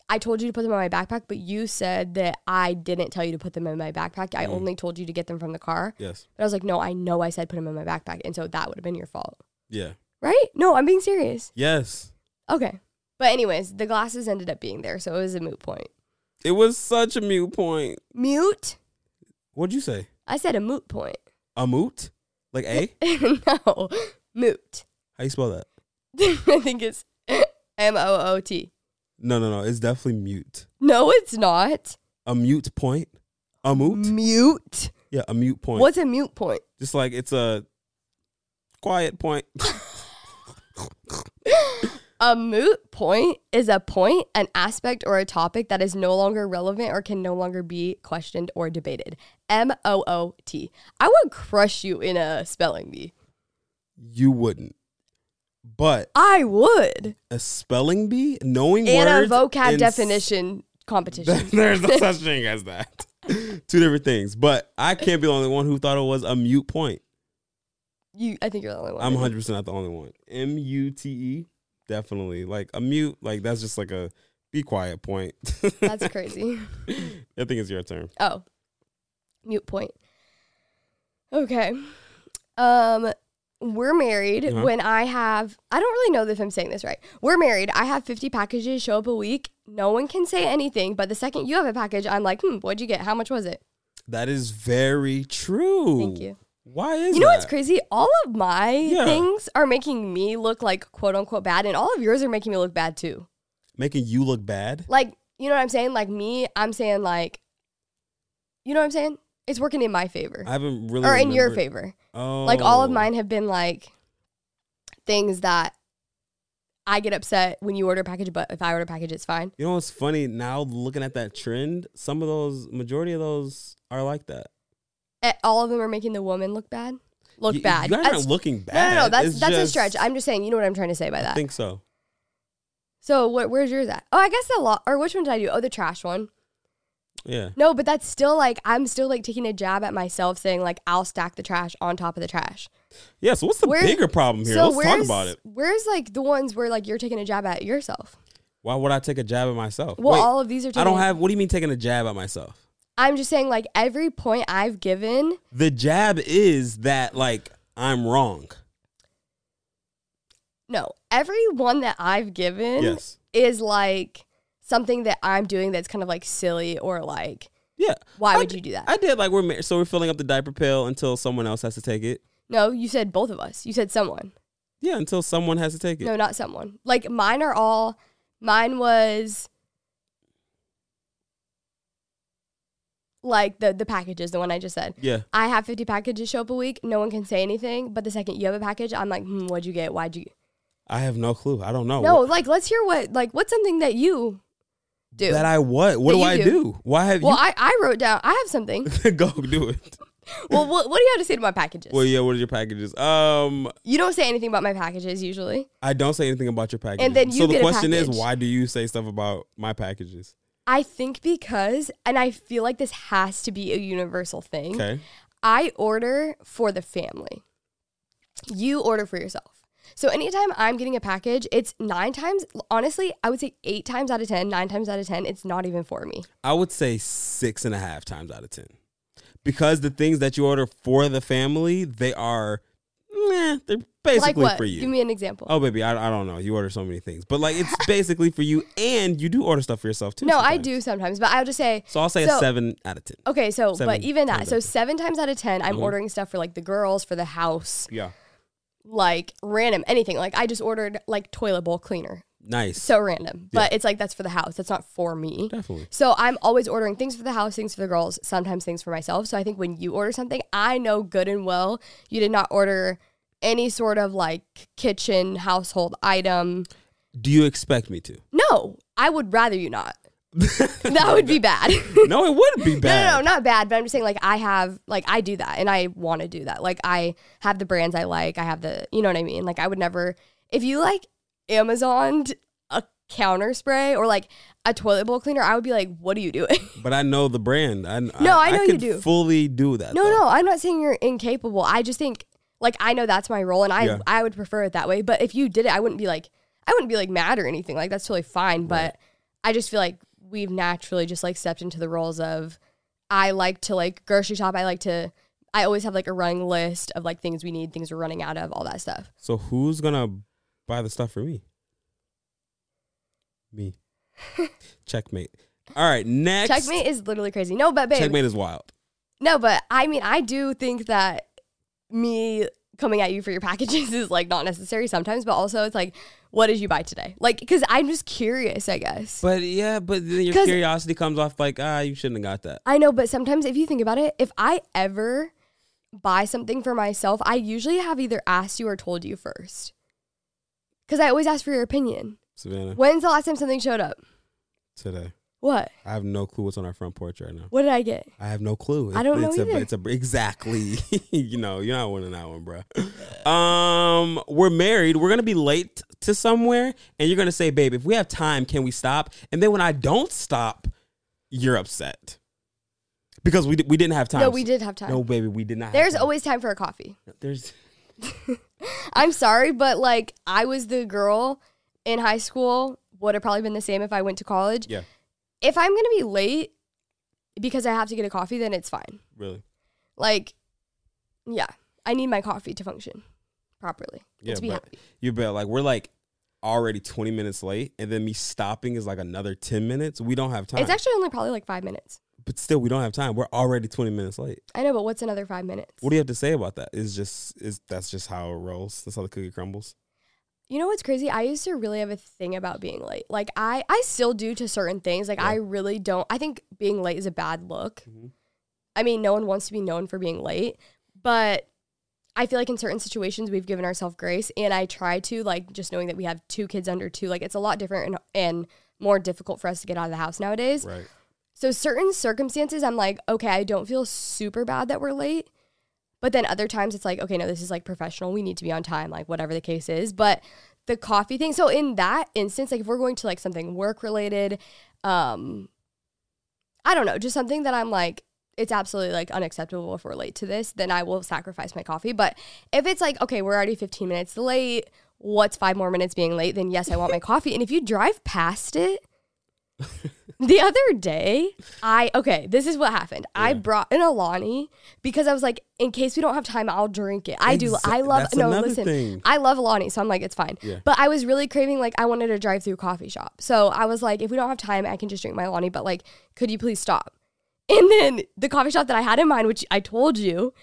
I told you to put them in my backpack, but you said that I didn't tell you to put them in my backpack. I Mm. only told you to get them from the car. Yes. But I was like, no, I know I said put them in my backpack, and so that would have been your fault. Yeah. Right? No, I'm being serious. Yes. Okay. But anyways, the glasses ended up being there, so it was a moot point. It was such a mute point. Mute? What'd you say? I said a moot point. <laughs> A moot? Like a? no. Moot. <laughs> How you spell that? I think it's M O O T. No, no, no. It's definitely mute. No, it's not. A mute point. A moot. Mute. Yeah, a mute point. Mm. What's a mute point? Just like it's a quiet point. <laughs> A moot point is a point, an aspect, or a topic that is no longer relevant or can no longer be questioned or debated. M O O T. I would crush you in a spelling bee. you wouldn't. But I would. a spelling bee, knowing And a words vocab and definition competition. <laughs> There's no such thing as that. <laughs> Two different things. But I can't be the only one who thought it was a mute point. You, I think you're the only one. I'm 100 percent not the only one. M U T E, definitely. Like a mute, like that's just like a be quiet point. <laughs> That's crazy. I think it's your turn. Oh, mute point. Okay, um, we're married. Uh-huh. When I have, I don't really know if I'm saying this right. We're married. I have 50 packages show up a week. No one can say anything. But the second you have a package, I'm like, hmm, what'd you get? How much was it? That is very true. Thank you. Why is you know that? what's crazy? All of my Yeah. things are making me look like quote unquote bad, and all of yours are making me look bad too. Making you look bad. like you know what I'm saying? Like me, I'm saying like, you know what I'm saying? It's working in my favor I haven't really or in your remembered- favor. Oh. Like all of mine have been like things that I get upset when you order a package, but if I order a package, it's fine. You know what's funny? Now looking at that trend, some of those majority of those are like that. Eh, All of them are making the woman look bad. Look You- bad. You guys That's- aren't looking no, no, bad. no, That's It's that's just- a stretch. I'm just saying. You know what I'm trying to say by I that. think so. so what? Where's yours at? Oh, I guess the lot. Or which one did I do? Oh, the trash one. Yeah. No, but that's still like I'm still like taking a jab at myself, saying like I'll stack the trash on top of the trash. Yeah. So what's the Where- bigger problem here? Let's talk where's- about it. Where's like the ones where like you're taking a jab at yourself? Why would I take a jab at myself? Well, Wait, all of these are. Taking I don't have. What do you mean taking a jab at myself? I'm just saying like every point I've given, The jab is that like I'm wrong. no, every one that I've given Yes. is like something that I'm doing that's kind of like silly or like Yeah. why I would d- you do that? I did like we're mar- so we're filling up the diaper pill until someone else has to take it. no, you said both of us. You said someone. Yeah, until someone has to take it. No, not someone. Like mine are all. Mine was like the the packages, the one I just said. Yeah. I have fifty packages show up a week. No one can say anything. But the second you have a package, I'm like, hmm, what'd you get? Why'd you? I have no clue. I don't know. no, Oh, What- like let's hear what like what's something that you do. That I what? What That do you I do? do. Why have well, I, I wrote down. I <laughs> have something. you go do <laughs> it? well, what, what do you have to say to my packages? Well, yeah. What are your packages? Um, You don't say anything about my packages usually. I don't say anything about your packages. then you so the get a question is, package. why do you say stuff about my packages? I think because, and I feel like this has to be a universal thing. Okay. I order for the family. You order for yourself. So anytime I'm getting a package, it's nine times, honestly, I would say eight times out of ten, nine times out of 10, it's not even for me. I would say six and a half times out of ten, because the things that you order for the family, they are, meh, they're like basically what? for you. Give me an example. oh, baby, I, I don't know. You order so many things, but like <laughs> it's basically for you, and you do order stuff for yourself too. no, I sometimes. do sometimes, but I'll just say. So I'll say a So- seven out of ten. Okay, so, Seven but times even that, out so of ten. seven times out of 10, I'm Mhm. ordering stuff for like the girls, for the house, Yeah. like random, anything. Like I just ordered like toilet bowl cleaner. Nice. So random. But it's like that's for the house. That's not for me. Definitely. So I'm always ordering things for the house, things for the girls, sometimes things for myself. So I think when you order something, I know good and well you did not order any sort of like kitchen household item. Do you expect me to? No, I would rather <laughs> you not. That would be bad. no, it would be <laughs> No, bad. no, no, not bad. But I'm just saying, like, I have, like, I do that, and I want to do that. Like, I have the brands I like. I have the, you know what I mean. Like, I would never, if you like Amazoned a counter spray or like a toilet bowl cleaner, I would be like, what are you doing? But I know the brand. I, no, I know you could do. Fully do that. no, though. no, I'm not saying you're incapable. I just think, like, I know that's my role, and I, Yeah. I would prefer it that way. But if you did it, I wouldn't be like, I wouldn't be like mad or anything. Like, that's totally fine. But I just feel like we've naturally just like stepped into the roles of I like to like grocery shop. I like to. I always have like a running list of like things we need, things we're running out of, all that stuff. So who's gonna buy the stuff for me? <laughs> Me. Checkmate. All right, next. Checkmate is literally crazy. No, but babe, Checkmate is wild. no, but I mean, I do think that me coming at you for your packages <laughs> is like not necessary sometimes, but also it's like, what did you buy today? Like, because I'm just curious, I guess. But yeah, but then your 'Cause- curiosity comes off like, ah, you shouldn't have got that. I know, but sometimes if you think about it, if I ever buy something for myself, I usually have either asked you or told you first. Because I always ask for your opinion. Savannah, When's the last time something showed up? today. What? I have no clue what's on our front porch right now. What did I get? I have no clue. I don't it's know a, either. It's a, exactly. <laughs> you know, you're not winning that one, bro. Um, we're married. We're gonna be late to somewhere, and you're gonna say, "Babe, if we have time, can we stop?" And then when I don't stop, you're upset because we di- we didn't have time. No, we did have time. No, baby, we did not. There's have time. always time for a coffee. there's I'm sorry, but like I was the girl in high school, would have probably been the same if I went to college. yeah, If I'm gonna be late because I have to get a coffee, then it's fine. really. Like, yeah, I need my coffee to function properly. and Yeah, to be but happy. you bet. Like we're like already 20 minutes late, and then me stopping is like another 10 minutes. We don't have time. It's actually only probably like five minutes. but still, we don't have time. We're already 20 minutes late. I know, but what's another five minutes? What do you have to say about that? Is just is that's just how it rolls. That's how the cookie crumbles. You know what's crazy? I used to really have a thing about being late. Like I, I still do to certain things. Like I really don't. I think being late is a bad look. I mean, no one wants to be known for being late, but I feel like in certain situations we've given ourselves grace, and I try to like just knowing that we have two kids under two. Like it's a lot different and, and more difficult for us to get out of the house nowadays. Right. So certain circumstances, I'm like, okay, I don't feel super bad that we're late. But then other times it's like, okay, no, this is like professional. We need to be on time, like whatever the case is. But the coffee thing. So in that instance, like if we're going to like something work related, um, I don't know, just something that I'm like, it's absolutely like unacceptable if we're late to this, then I will sacrifice my coffee. But if it's like, okay, we're already 15 minutes late, what's five more minutes being late? Then yes, I want my coffee. And if you drive <laughs> past it, the other day, I okay, this is what happened. I brought an Alani because I was like, in case we don't have time, I'll drink it. I do. Exa- I love that's no. another Listen, thing. I love Alani, so I'm like, it's fine. Yeah. But I was really craving like I wanted a drive-through coffee shop, so I was like, if we don't have time, I can just drink my Alani. But like, could you please stop? <laughs> And then the coffee shop that I had in mind, which I told you,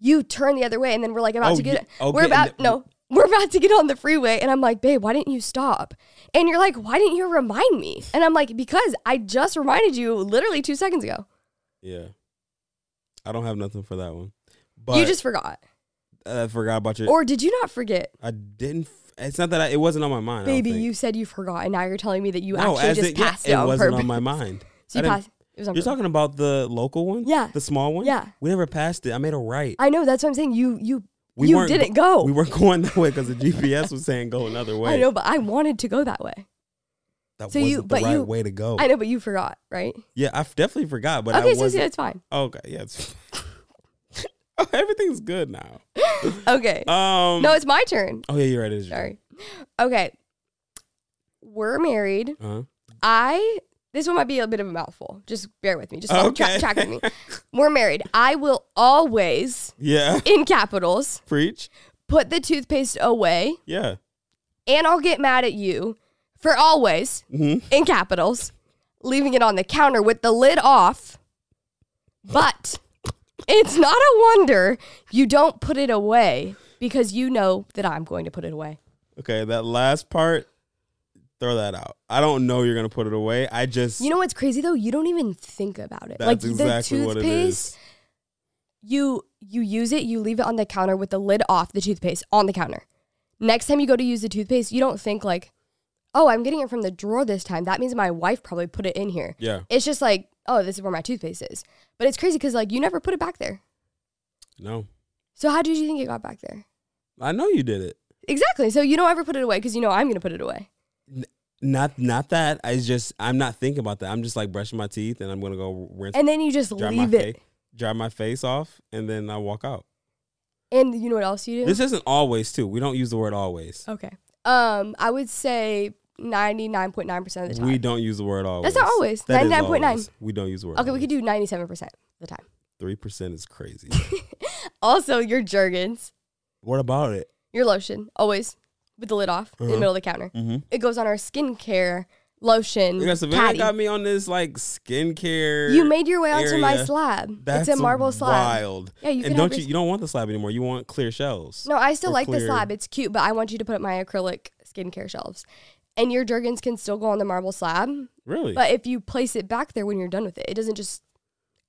you turn the other way, and then we're like about Oh, to get, yeah. Okay, we're about and- no, we're about to get on the freeway, and I'm like, babe, why didn't you stop? And you're like, why didn't you remind me? And I'm like, because I just reminded you literally two seconds ago. Yeah. I don't have nothing for that one. But you just forgot, I forgot about your. or did you not forget? I didn't. f- It's not that I, it wasn't on my mind. I don't Baby, think. you said you forgot, and now you're telling me that you No, actually as just in- yeah, passed it on wasn't purpose. on my mind. <laughs> I So you didn't- passed. It was on You're purpose. talking about the local one. Yeah. The small one. Yeah. We never passed it. I made a right. I know. That's what I'm saying. You you We you weren't didn't go. We weren't <laughs> going that way because the GPS was saying go another way. I know, but I wanted to go that way. That so wasn't you- the but right you- way to go. I know, but you forgot, right? Yeah, I f- definitely forgot, Oh. but okay, I so was yeah, it's fine. okay. Yeah, it's, <laughs> oh, everything's good now. Okay. Um, no, it's my turn. oh yeah, you're right. It is your Sorry. Okay. We're married. turn. Uh-huh. I this one might be a bit of a mouthful. Just bear with me. Just like, Okay. track, track with me. <laughs> We're married. I will always, Yeah, <laughs> in capitals, preach. put the toothpaste away, Yeah. and I'll get mad at you for always hmm in capitals, leaving it on the counter with the lid off. But it's not a wonder you don't put it away because you know that I'm going to put it away. Okay, that last part throw that out. I don't know you're gonna put it away. I just You know what's crazy though? You don't even think about it. that's like exactly the what it toothpaste, is. you you use it, you leave it on the counter with the lid off the toothpaste on the counter. Next time you go to use the toothpaste, you don't think like, "Oh, I'm getting it from the drawer this time. That means my wife probably put it in here." Yeah. It's just like, "Oh, this is where my toothpaste is." But it's crazy cuz like you never put it back there. No. So how did you think it got back there? I know you did it. Exactly. So you don't ever put it away cuz you know I'm going to put it away. Not not that. I just I'm not thinking about that. I'm just like brushing my teeth and I'm gonna go rinse And then you just dry my leave face it. dry my face off and then I walk out. And you know what else you do? This isn't always too. We don't use the word always. Okay. Um, I would say ninety nine point nine percent of the time. We don't use the word always. not always. That is 99.9. always. We don't use the word. Okay, we could do ninety seven percent of the time. three percent is crazy. <laughs> Also, your Jergens, what about it? your lotion, always with the lid off in the Uh-huh. middle of the counter. Mm-hmm. It goes on our skincare lotion. Yeah, Savannah caddy. got me on this like skincare. Mm, you made your way onto my area. slab. That's it's a marble slab. Wild. Yeah, you can and have don't your you? s- You don't want the slab anymore. You want clear shells. No, I still Or like the clear- slab. It's cute, but I want you to put up my acrylic skincare shelves. And your Jergens can still go on the marble slab, Really? <laughs> but if you place it back there when you're done with it, it doesn't just.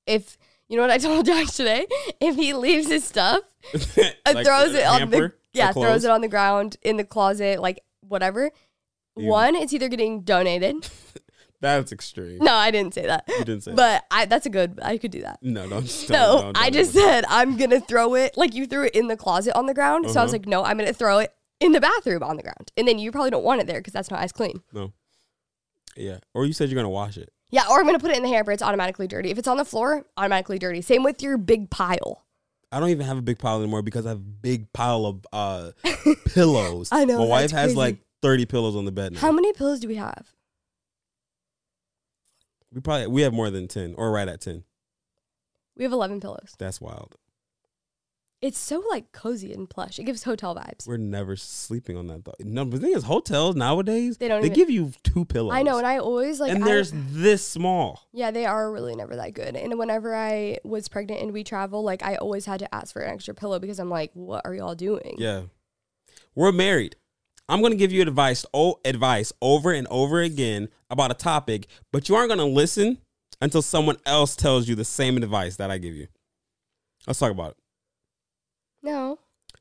If you know what I <laughs> told Josh today, if he leaves his stuff and Like throws the it on hamper, the yeah, clothes? throws it on the ground in the closet, like whatever. You- One, it's either getting donated. <laughs> That's extreme. No, I didn't say that. You didn't say that. But I that's a good. I could do that. No, don't. Just, don't, <laughs> No, don't- I don't. just said I'm gonna throw it like you threw it in the closet on the ground. So I was Uh-huh. like, no, I'm gonna throw it in the bathroom on the ground, and then you probably don't want it there because that's not as clean. no. Yeah, or you said you're gonna wash it. Yeah, or I'm gonna put it in the hamper. It's automatically dirty. If it's on the floor, automatically dirty. Same with your big pile. I don't even have a big pile anymore because I have a big pile of <laughs> uh, pillows. I know, My wife that's has crazy. like 30 pillows on the bed now. How many pillows do we have? we probably we have more than 10 or right at 10. We have 11 pillows. That's wild. It's so like cozy and plush. It gives hotel vibes. We're never sleeping on that thought. No, but the thing is, hotels nowadays They don't even- give you two pillows. I know, and I always like. and I- there's this small. Yeah, they are really never that good. And whenever I was pregnant and we travel, like I always had to ask for an extra pillow because I'm like, what are y'all doing? Yeah, we're married. I'm gonna give you advice, oh, advice over and over again about a topic, but you aren't gonna listen until someone else tells you the same advice that I give you. Let's talk about it. No,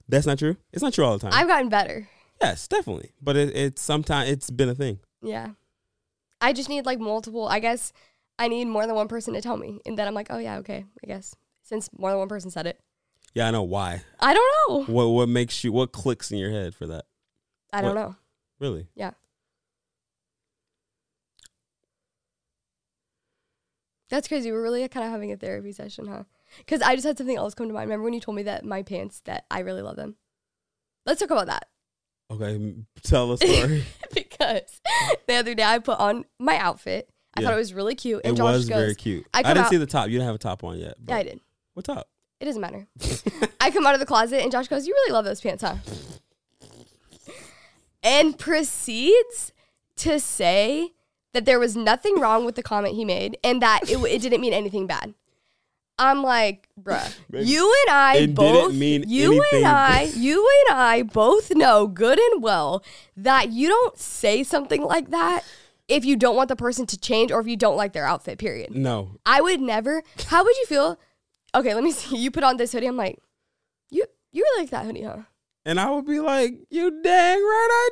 That's not true. It's not true all the time. I've gotten better. yes, definitely. But it, it's sometimes it's been a thing. Yeah, I just need like multiple. I guess I need more than one person to tell me, and then I'm like, oh yeah, okay, I guess since more than one person said it, Yeah, I know why. I don't know. What what makes you what clicks in your head for that? I don't What? know. Really? Yeah, that's crazy. We're really kind of having a therapy session, huh? Because I just had something else come to mind. Remember when you told me that my pants that I really love them? Let's talk about that. <laughs> Okay, m- tell a story. because the other day I put on my outfit. I thought Yeah. it was really cute. And it Josh was goes, very cute. I I, come didn't out- see the top. You didn't have a top on yet. but- Yeah, I did. What top? It doesn't matter. <laughs> I come out of the closet and Josh goes, You really love those pants, huh? And proceeds to say that there was nothing wrong with the comment he made and that it, it didn't mean anything bad. I'm like, bruh, Babe, you and I it didn't both, mean you anything. and I, you and I both know good and well that you don't say something like that if you don't want the person to change or if you don't like their outfit, <laughs> period. No. I would never. How would you feel? Okay, let me <laughs> see. You put on this hoodie. I'm like, you you really like that hoodie, huh? And I would be like, you dang right I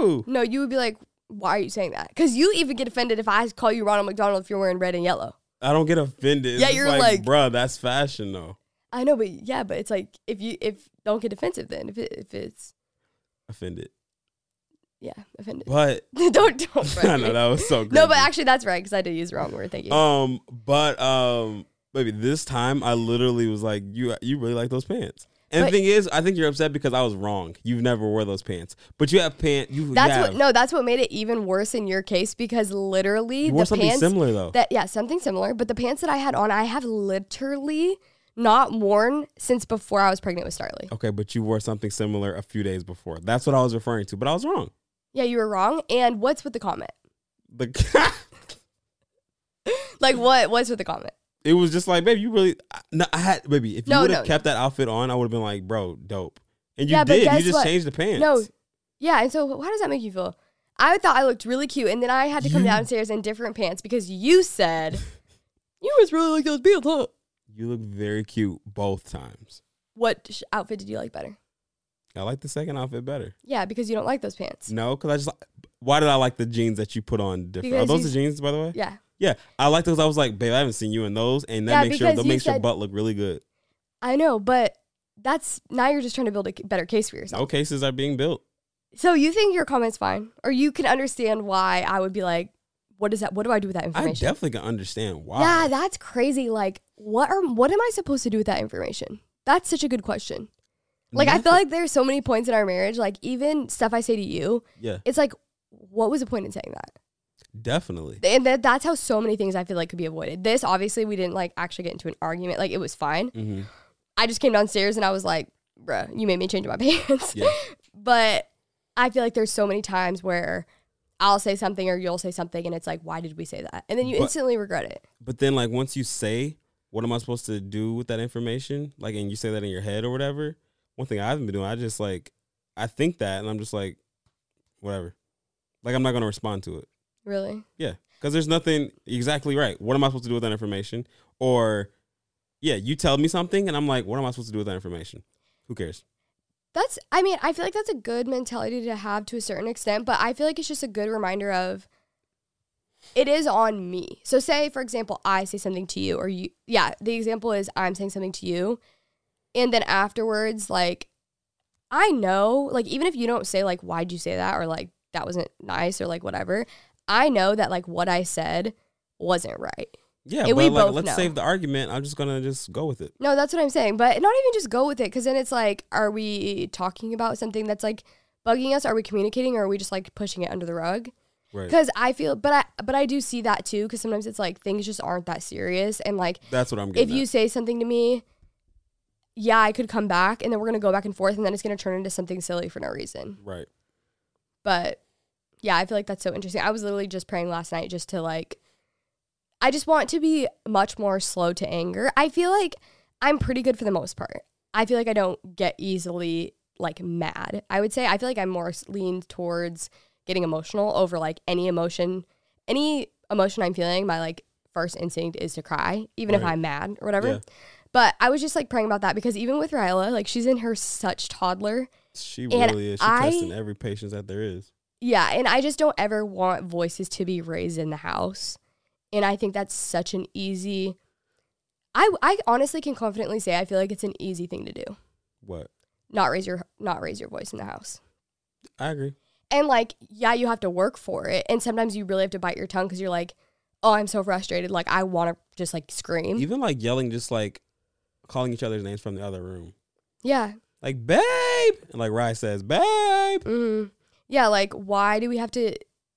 do. No, you would be like, why are you saying that? Because you even get offended if I call you Ronald McDonald if you're wearing red and yellow. I don't get offended. Yeah, It's you're like- like, bruh, that's fashion though. I know, but yeah, but it's like if you if don't get defensive then if it, if it's Offended. yeah offended. But <laughs> <laughs> don't don't. I correct me. know that was so good. No, but actually that's right because I did use the wrong word. Thank you. Um, but um, baby, this time I literally was like, you, you really like those pants. And But- the thing is, I think you're upset because I was wrong. You've never wore those pants, but you have pant. You that's have, what no, that's what made it even worse in your case because literally You wore the something pants similar though. That yeah, something similar. But the pants that I had on, I have literally not worn since before I was pregnant with Starley. okay, but you wore something similar a few days before. That's what I was referring to, but I was wrong. Yeah, you were wrong. And what's with the comment? The Like what? What's with the comment? <laughs> it was just like, babe, you really. I- No, I had baby. If you No, would have no, kept that outfit on, I would have been like, bro, dope. And you Yeah, but did. You guess just what? changed the pants. No. Yeah, and so how does that make you feel? I thought I looked really cute, and then I had to come You- downstairs in different pants because <laughs> you said you was really like those pants, huh? You look very cute both times. What sh- outfit did you like better? I like the second outfit better. Yeah, because you don't like those pants. No, because I just li- why did I like the jeans that you put on different? Are Because those you- the jeans, by the way? Yeah, Yeah, I like those. I was like, babe, I haven't seen you in those, and that Yeah, makes your because that you makes your said- butt look really good. I know, but that's now you're just trying to build a c- better case for yourself. No cases are being built. So you think your comment's fine, or you can understand why I would be like, "What is that? What do I do with that I information?" definitely can understand why. Yeah, that's crazy. Like, what are what am I supposed to do with that information? That's such a good question. Like, I Nothing. feel like there's so many points in our marriage. Like, even stuff I say to you, yeah, it's like, what was the point in saying that? definitely. And that, that's how so many things I feel like could be avoided. This obviously we didn't like actually get into an argument. Like, it was fine. hmm I just came downstairs and I was like, bruh, you made me change my <laughs> pants. Yeah. but I feel like there's so many times where I'll say something or you'll say something and it's like, why did we say that? And then you But- instantly regret it. But then, like, once you say, what am I supposed to do with that information? Like, and you say that in your head or whatever. One thing I haven't been doing, I just like, I think that, and I'm just like, whatever. Like, I'm not going to respond to it. Really? Yeah. Because there's nothing exactly right. What am I supposed to do with that information? Or, yeah, you tell me something, and I'm like, what am I supposed to do with that information? Who cares? That's, I mean, I feel like that's a good mentality to have to a certain extent, but I feel like it's just a good reminder of it is on me. So, say, for example, I say something to you, or you, yeah, the example is I'm saying something to you. And then afterwards, like, I know, like, even if you don't say, like, why'd you say that, or like, that wasn't nice, or like, whatever, I know that, like, what I said wasn't right. Yeah. And but, we like, both let's know. save the argument. I'm just going to just go with it. No, that's what I'm saying. But not even just go with it because then it's like, are we talking about something that's like bugging us? Are we communicating or are we just like pushing it under the rug? Right. Because I feel, but I, but I do see that too because sometimes it's like things just aren't that serious. And like, That's what I'm if getting you at. say something to me, yeah, I could come back and then we're going to go back and forth and then it's going to turn into something silly for no reason. Right. But yeah, I feel like that's so interesting. I was literally just praying last night just to like I just want to be much more slow to anger. I feel like I'm pretty good for the most part. I feel like I don't get easily like mad. I would say I feel like I'm more s- leaned towards getting emotional over like any emotion, any emotion I'm feeling. My like first instinct is to cry, even if Right. I'm mad or whatever. Yeah. But I was just like praying about that because even with Ryla, like she's in her such toddler She And really is. She's I- testing every patience that there is. yeah, and I just don't ever want voices to be raised in the house. And I think that's such an easy I I honestly can confidently say I feel like it's an easy thing to do. What? Not raise your not raise your voice in the house. I agree. And like, yeah, you have to work for it. And sometimes you really have to bite your tongue cuz you're like, "Oh, I'm so frustrated. Like I want to just like scream." Even like yelling, just like calling each other's names from the other room. yeah. Like, babe! And like Rye says, babe! Mm. Yeah, like why do we have to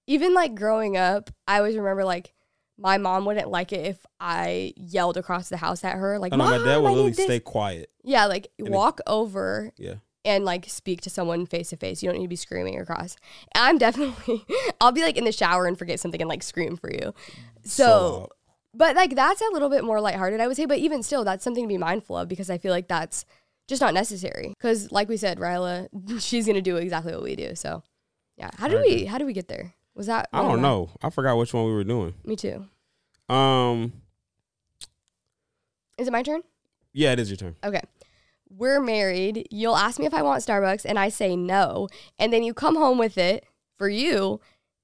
even like growing up, I always remember like my mom wouldn't like it if I yelled across the house at her like I know Oh, my "Mom, dad would I need literally this." stay quiet. Yeah, like And it- walk over Yeah. and like speak to someone face to face. You don't need to be screaming across. I'm definitely <laughs> I'll be like in the shower and forget something and like scream for Mm. you. So loud. but like that's a little bit more lighthearted, I would say. But even still, that's something to be mindful of because I feel like that's just not necessary. Because like we said, Ryla, <laughs> she's gonna do exactly what we do. So yeah, how did I we agree. how did we get there? Was that I one of don't mine? know. I forgot which one we were doing. Me too. Um, Is it my turn? yeah, it is your turn. Okay. We're married. You'll ask me if I want Starbucks, and I say no. And then you come home with it for you,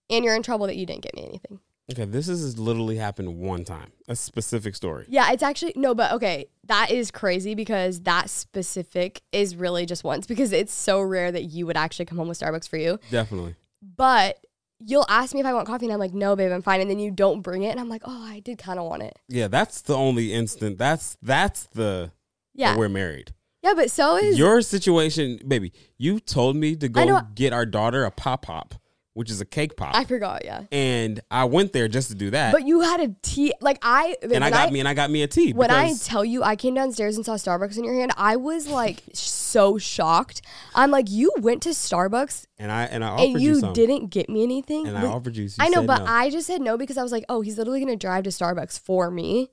and you're in trouble that you didn't get me anything. Okay, this is has literally happened one time. A specific story. Yeah, it's actually, no, but okay. That is crazy because that specific is really just once because it's so rare that you would actually come home with Starbucks for you. Definitely. But you'll ask me if I want coffee, and I'm like, no, babe, I'm fine. And then you don't bring it, and I'm like, oh, I did kind of want it. Yeah, that's the only instant. That's that's the that Yeah. we're married. Yeah, but so is. Your situation, baby. You told me to I go know- get our daughter a pop pop, which is a cake pop. I forgot, yeah. and I went there just to do that. But you had a tea, like I. when and I got me and I got me a tea. When I because tell you I came downstairs and saw Starbucks in your hand, I was like so shocked. I'm like, you went to Starbucks and I and I offered and you, some, didn't get me anything. and I Like, offered you. you I know, said but no. I just said no because I was like, oh, he's literally gonna drive to Starbucks for me.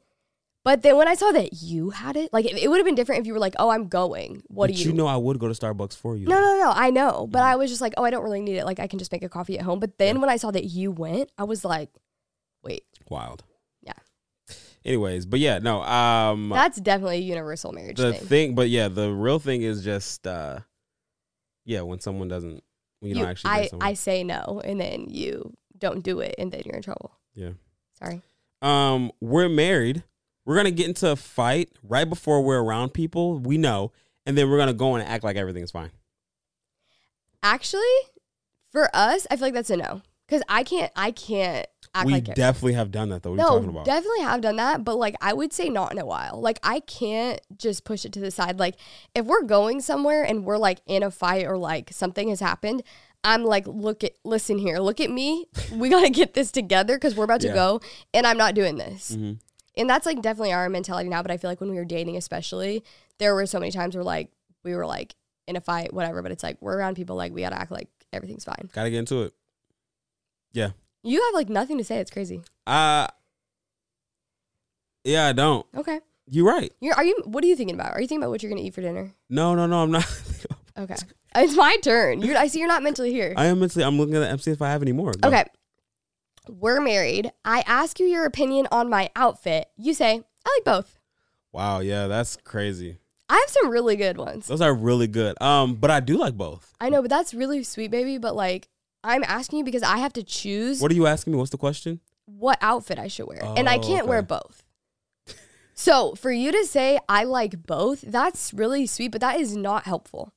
But then when I saw that you had it, like it, it would have been different if you were like, "Oh, I'm going. What but do you?" know, I would go to Starbucks for you. no, no, no. I know, but I was just like, "Oh, I don't really need it. Like I can just make a coffee at home." But then when I saw that you went, I was like, "Wait, Wild. Yeah. Anyways, but yeah, no. Um, that's definitely a universal marriage the thing." thing, but yeah, the real thing is just, uh, yeah, when someone doesn't, when you, don't actually. I get someone. I say no, and then you don't do it, and then you're in trouble. Yeah. Sorry. um, we're married. We're gonna get into a fight right before we're around people we know, and then we're gonna go and act like everything's fine. Actually, for us, I feel like that's a no because I can't. I can't act we like it. definitely have done that though. What are you talking No, about? definitely have done that, but like I would say not in a while. Like I can't just push it to the side. Like if we're going somewhere and we're like in a fight or like something has happened, I'm like, look at, listen here, look at me. <laughs> We gotta get this together because we're about Yeah. to go, and I'm not doing this. Mhm. And that's like definitely our mentality now. But I feel like when we were dating, especially, there were so many times where like we were like in a fight, whatever. But it's like we're around people, like we gotta act like everything's fine. Gotta get into it. You have like nothing to say. It's crazy. Uh yeah, I don't. Okay. You're right. You're, are you? What are you thinking about? Are you thinking about what you're gonna eat for dinner? No, no, no. I'm not. <laughs> Okay. It's my turn. You're, I see you're not mentally here. I am mentally. I'm looking at the MC if I have any more. Go. Okay. We're married. I ask you your opinion on my outfit. You say, I like both. Wow. Yeah, that's crazy. I have some really good ones. Those are really good. Um, but I do like both. I know, but that's really sweet, baby. But like, I'm asking you because I have to choose What are you asking me? What's the question? what outfit I should wear. and I Oh, can't wear okay. both. So for you to say, I like both, that's really sweet, but that is not helpful.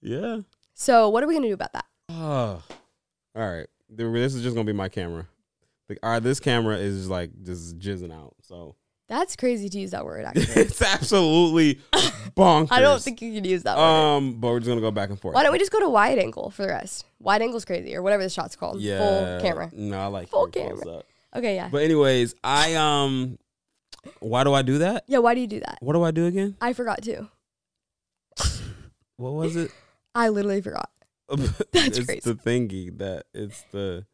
Yeah. So what are we going to do about that? Oh. All right. Th- This is just gonna be my camera. Like, all right, this camera is like just jizzing out. So That's crazy to use that word, <laughs> actually. it's absolutely bonkers. I don't think you can use that word. Um, but we're just gonna go back and forth. Why don't we just go to wide angle for the rest? Wide angle's crazy, or whatever the shot's called. yeah. Full camera. No, I like Full here, close camera. up. Okay, yeah. But anyways, I um, why do I do that? yeah, why do you do that? What do I do again? I forgot too. What was it? <laughs> I literally forgot. it's crazy. the thingy that it's the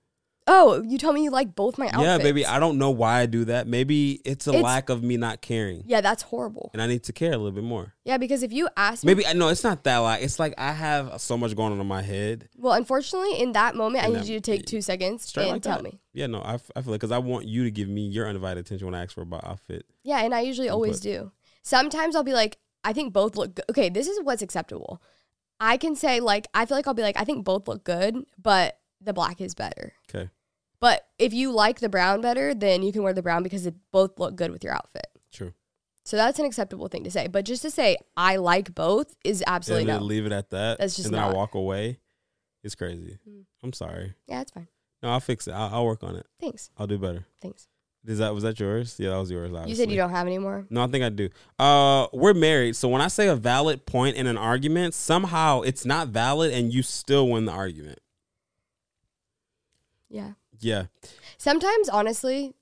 Oh, you told me you like both my outfits. yeah, baby. I don't know why I do that. Maybe it's a It's- lack of me not caring, yeah, that's horrible. and I need to care a little bit more. Yeah, because if you asked me, Maybe I no, it's not that lack. It's like I have so much going on in my head. well, unfortunately, in that moment, In I that- need you to take two seconds Straight and like tell that. me. Yeah, no, I, f- I feel like because I want you to give me your undivided attention when I ask for about outfit. Yeah, and I usually always do. Sometimes I'll be like, I think both look good. Okay, this is what's acceptable. I can say like, I feel like I'll be like, I think both look good, but the black is better. Okay, But if you like the brown better, then you can wear the brown because it both look good with your outfit. true. So that's an acceptable thing to say. But just to say I like both is absolutely and then no. leave it at that. That's just and then I not- Mm. walk away. It's crazy. I'm sorry. yeah, it's fine. No, I'll fix it. I'll, I'll work on it. Thanks. I'll do better. Thanks. Is that was that yours? Yeah, that was yours. You said obviously. you don't have any more. No, I think I do. Uh, we're married, so when I say a valid point in an argument, somehow it's not valid, and you still win the argument. Yeah. Yeah, Sometimes honestly,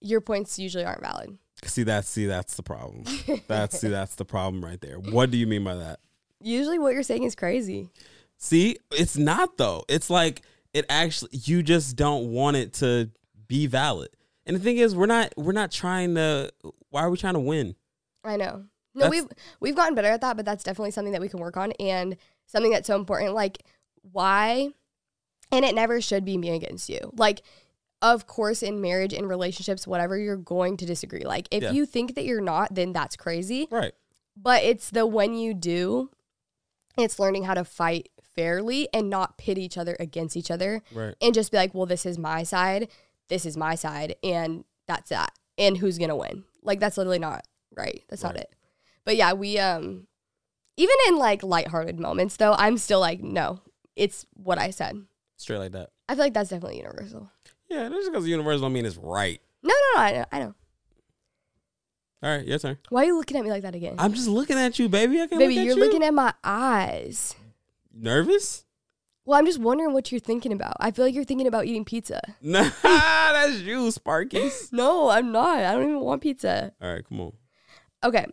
your points usually aren't valid. see that's see that's the problem. That's see that's the problem right there. What do you mean by that? Usually what you're saying is crazy. See, it's not though. It's like it actually you just don't want it to be valid. And the thing is, we're not we're not trying to. Why are we trying to win? I know. No, That's- we've we've gotten better at that, but that's definitely something that we can work on and something that's so important. Like why and it never should be me against you. Like of course in marriage in relationships whatever you're going to disagree. Like if Yeah. you think that you're not then that's crazy. Right. but it's the when you do it's learning how to fight fairly and not pit each other against each other Right. and just be like well this is my side this is my side and that's that and who's gonna win like that's literally not right that's not Right. it but yeah we um even in like lighthearted moments though i'm still like no it's what i said Straight like that. i feel like that's definitely universal Yeah. Just because the universe don't mean it's right. no no no i know, I know. All right, your turn. why are you looking at me like that again I'm just looking at you, baby. I can baby look at you're you. looking at my eyes <laughs> nervous. Well, I'm just wondering what you're thinking about. I feel like you're thinking about eating pizza. Nah, that's you, Sparkies. No, I'm not. I don't even want pizza. All right, come on. Okay,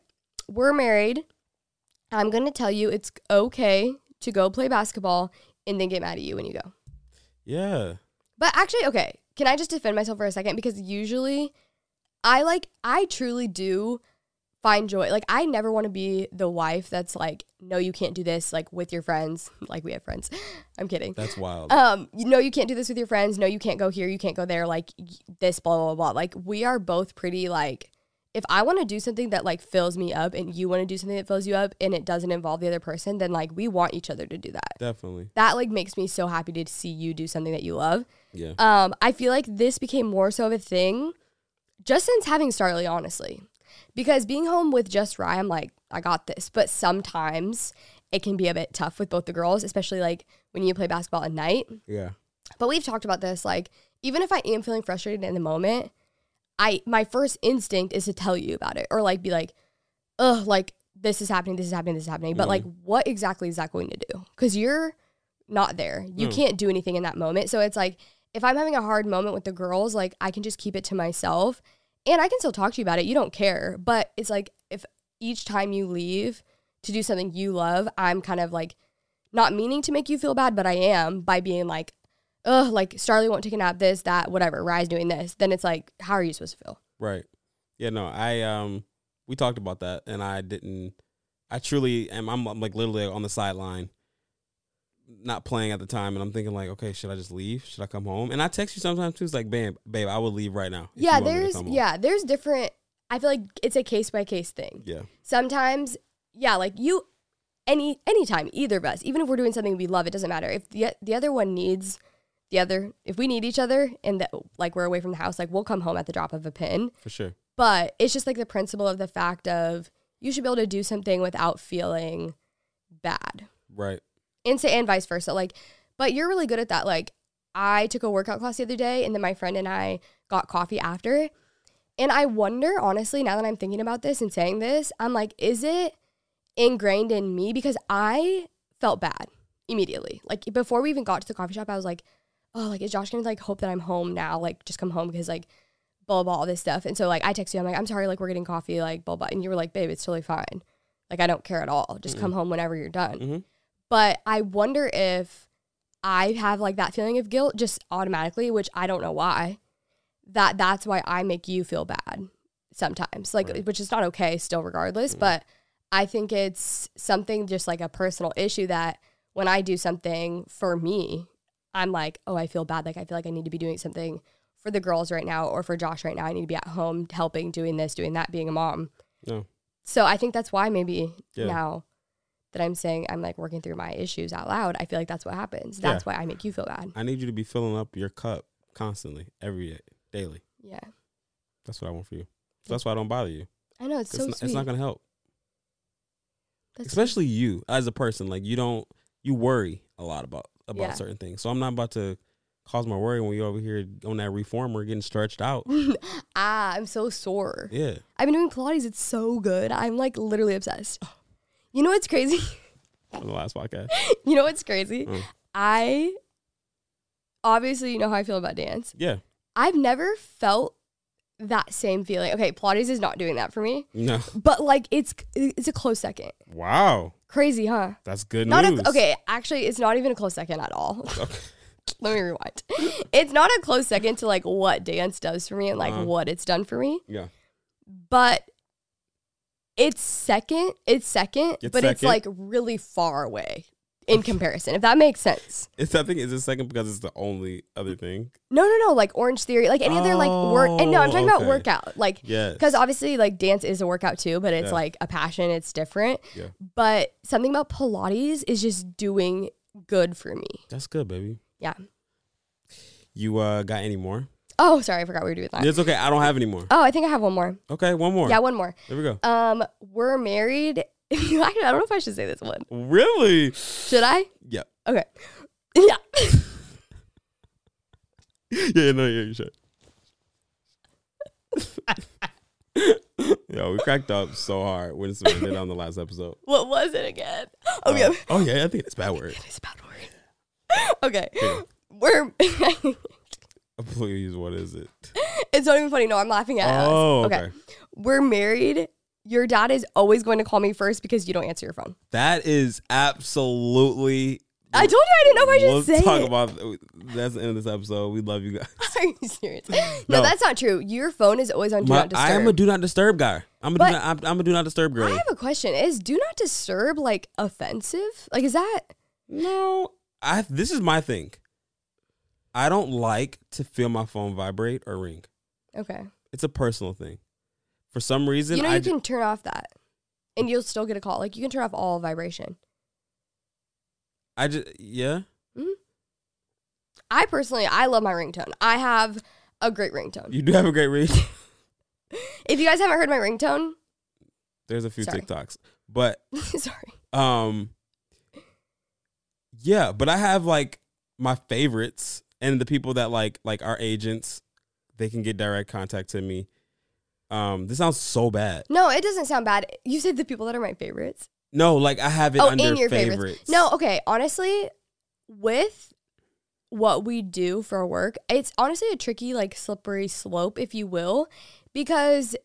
we're married. I'm going to tell you it's okay to go play basketball and then get mad at you when you go. Yeah. But actually, okay, can I just defend myself for a second? Because usually I like I truly do find joy. Like I never want to be the wife that's like, no, you can't do this. Like with your friends, <laughs> like we have friends. I'm kidding. That's wild. Um, you know, you can't do this with your friends. No, you can't go here. You can't go there. Like y- this, blah blah blah. Like we are both pretty like. If I want to do something that like fills me up, and you want to do something that fills you up, and it doesn't involve the other person, then like we want each other to do that. Definitely. That like makes me so happy to see you do something that you love. Yeah. Um, I feel like this became more so of a thing just since having Starly, honestly. Because being home with just Rye, I'm like, I got this. But sometimes it can be a bit tough with both the girls, especially like when you play basketball at night. yeah. But we've talked about this. Like, even if I am feeling frustrated in the moment, I my first instinct is to tell you about it or like be like, ugh, like this is happening, this is happening, this is happening. But like, what exactly is that going to do? Because you're not there. You No. can't do anything in that moment. So it's like, if I'm having a hard moment with the girls, like I can just keep it to myself and I can still talk to you about it. You don't care. But it's like, if each time you leave to do something you love, I'm kind of like not meaning to make you feel bad, but I am by being like, ugh, like Starly won't take a nap, this, that, whatever, Rye's doing this. Then it's like, how are you supposed to feel? Right. Yeah, no, I um we talked about that and I didn't I truly am I'm, I'm, like literally on the sideline not playing at the time and I'm thinking like, okay, should I just leave? Should I come home? And I text you sometimes too. It's like, babe, babe, I would leave right now. if you yeah, want me to there's come home." yeah, there's different I feel like it's a case by case thing. Yeah. Sometimes, yeah, like you any anytime, either of us, even if we're doing something we love, it doesn't matter. If the the other one needs the other if we need each other and that like we're away from the house, like we'll come home at the drop of a pin. For sure. But it's just like the principle of the fact of you should be able to do something without feeling bad. Right. and say and vice versa like but you're really good at that like i took a workout class the other day and then my friend and i got coffee after and i wonder honestly now that i'm thinking about this and saying this i'm like is it ingrained in me because i felt bad immediately like before we even got to the coffee shop i was like oh like is josh gonna like hope that i'm home now like just come home because like blah blah all this stuff and so like i text you i'm like i'm sorry like we're getting coffee like blah blah and you were like babe it's totally fine like i don't care at all just come home whenever you're done Mhm. but I wonder if I have like that feeling of guilt just automatically, which I don't know why. That that's why I make you feel bad sometimes, like Right. Mm-hmm. which is not okay still, regardless. But I think it's something just like a personal issue that when I do something for me, I'm like, oh, I feel bad. Like I feel like I need to be doing something for the girls right now or for Josh right now. I need to be at home helping, doing this, doing that, being a mom. No. So I think that's why maybe Yeah. now that I'm saying I'm like working through my issues out loud, I feel like that's what happens. That's why I make you feel bad. I need you to be filling up your cup constantly, every day, daily. Yeah. That's what I want for you. So that's why I don't bother you. I know it's, so it's, not, sweet. it's not gonna help. That's- especially you as a person like you don't you worry a lot about about Yeah. certain things so i'm not about to cause my worry when you're over here on that reformer getting stretched <laughs> out ah, I'm so sore. yeah I've been doing Pilates. It's so good. I'm like literally obsessed. You know what's crazy? <laughs> on the last podcast you know what's crazy? Mm. I obviously you know how I feel about dance. yeah I've never felt that same feeling. Okay, Pilates is not doing that for me, no but like it's it's a close second. wow Crazy, huh? that's good Not news a, okay. Actually, it's not even a close second at all. <laughs> Okay. Let me rewind. <laughs> It's not a close second to like what dance does for me and like Uh-huh. what it's done for me, yeah but it's second. It's second, It's but it's second. like really far away in comparison. If that makes sense. it's i think it's a second because it's the only other thing No, no, no. Like Orange Theory, like any other like work. And no, I'm talking Oh, about okay. workout, like yes because obviously like dance is a workout too, but it's Yeah. like a passion. It's different. Yeah. But something about Pilates is just doing good for me. that's good baby Yeah. you uh got any more Oh, sorry, I forgot we were doing that. it's okay i don't have any more Oh, I think I have one more. okay one more Yeah, one more. there we go Um, we're married. <laughs> Actually, I don't know if I should say this one. really Should I? yeah Okay. <laughs> Yeah. <laughs> yeah, no, yeah, you should. Yo, we cracked up so hard when Samantha did on the last episode. what was it again? Oh yeah, Uh, oh yeah, I think it's a bad word. <laughs> it's a bad word. <laughs> Okay. We're. <laughs> Please, what is it? it's not even funny. No, I'm laughing at us. Oh, okay. We're married. Your dad is always going to call me first because you don't answer your phone. That is absolutely I told you I didn't know if I should we'll say talk it. about that's the end of this episode. We love you guys. <laughs> Are <laughs> you serious? No, No. that's not true. Your phone is always on do My- not disturb. I am a do not disturb guy. I'm a But- do not, I'm, I'm a do not disturb girl. I have a question. Is do not disturb like offensive? Like is that no, I this is my thing. I don't like to feel my phone vibrate or ring. okay? It's a personal thing. For some reason, you know I you ju- can turn off that, and you'll still get a call. Like you can turn off all vibration. I just yeah. Mm-hmm. I personally, I love my ringtone. I have a great ringtone. You do have a great ring. if you guys haven't heard my ringtone, <laughs> <laughs> There's a few Sorry. TikToks, but sorry. um, yeah. But I have like my favorites and the people that like like our agents. They can get direct contact to me. Um, this sounds so bad. No, it doesn't sound bad. You said the people that are my favorites. No, like I have it Oh, under favorites. No, oh, okay. Honestly, with what we do for work, it's honestly a tricky, like slippery slope, if you will, because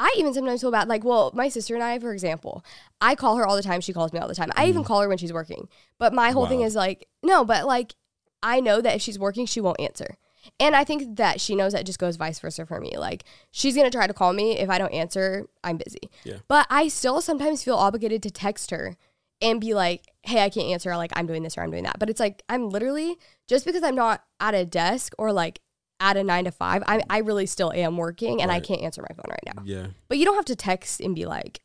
I even sometimes feel bad. Like, well, my sister and I, for example, I call her all the time. She calls me all the time. I even call her when she's working. But my whole thing Mm. Wow. is like, no, but like, I know that if she's working, she won't answer. And I think that she knows that just goes vice versa for me. Like, she's going to try to call me. If I don't answer, I'm busy. Yeah. But I still sometimes feel obligated to text her and be like, hey, I can't answer. Or, Like, I'm doing this or I'm doing that. But it's like, I'm literally, just because I'm not at a desk or like at a nine to five, I, I really still am working and I Right. can't answer my phone right now. Yeah, But you don't have to text and be like,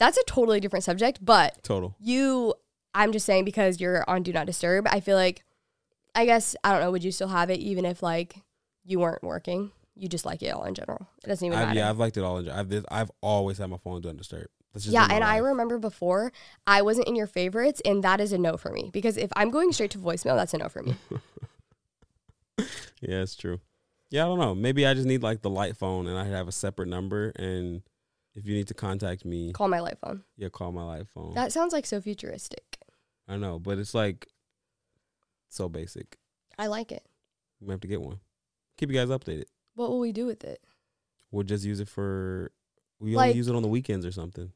that's a totally different subject. But total. you, I'm just saying because you're on Do Not Disturb, I feel like, I guess, I don't know, would you still have it even if like you weren't working? You just like it all in general. It doesn't even I've, matter. yeah, I've liked it all. in- I've this, I've always had my phone do not disturb. That's just yeah, been my and I life. remember before I wasn't in your favorites, and that is a no for me because if I'm going straight to voicemail, that's a <laughs> no for me. Yeah, it's true. Yeah, I don't know. Maybe I just need like the light phone, and I have a separate number. And if you need to contact me, Call my light phone. yeah, call my light phone. That sounds like so futuristic. I know, but it's like so basic. I like it. We have to get one. Keep you guys updated. What will we do with it? We'll just use it for. We Like- only use it on the weekends or something.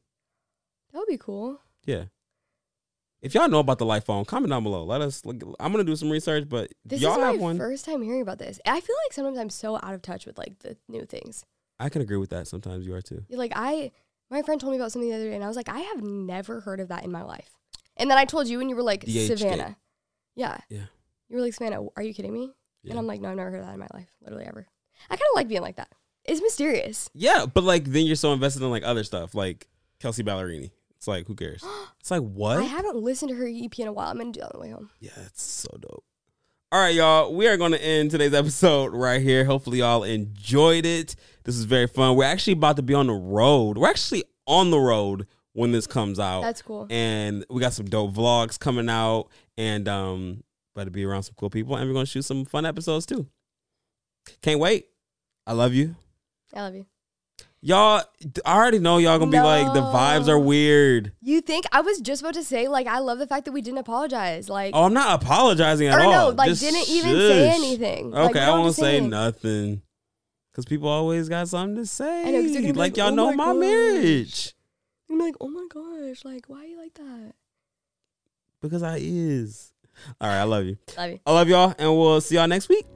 That would be cool. Yeah. If y'all know about the light phone, comment down below. Let us. Like, I'm gonna do some research, but This y'all is have my one. first time hearing about this. I feel like sometimes I'm so out of touch with like the new things. I can agree with that. Sometimes you are too. Like I, my friend told me about something the other day, and I was like, I have never heard of that in my life. And then I told you, and you were like, DHT. Savannah. Yeah. Yeah. You were like, Savannah, are you kidding me? And Yeah. I'm like, no, I've never heard of that in my life, literally ever. I kind of like being like that. It's mysterious. Yeah, but like then you're so invested in like other stuff, like Kelsey Ballerini. It's like who <gasps> cares? It's like what? I haven't listened to her EP in a while. I'm gonna do that on the way home. yeah, it's so dope. All right, y'all. We are gonna end today's episode right here. Hopefully, y'all enjoyed it. This is very fun. We're actually about to be on the road. We're actually on the road when this comes out. That's cool. and we got some dope vlogs coming out, and um, about to be around some cool people, and we're gonna shoot some fun episodes too. Can't wait. I love you. I love you. Y'all, I already know y'all gonna be like the vibes are No. weird. You think I was just about to say like I love the fact that we didn't apologize. Like Oh, I'm not apologizing at Or no, all. like, Just didn't even say shush. anything. Like, Okay, we I don't have won't to say say anything. nothing because people always got something to say. I know, 'cause they're gonna be like like, y'all "Oh know my my, gosh." marriage I'm like, oh my gosh, like why are you like that? because I is. All right, I love you. Love you. I love y'all, and we'll see y'all next week.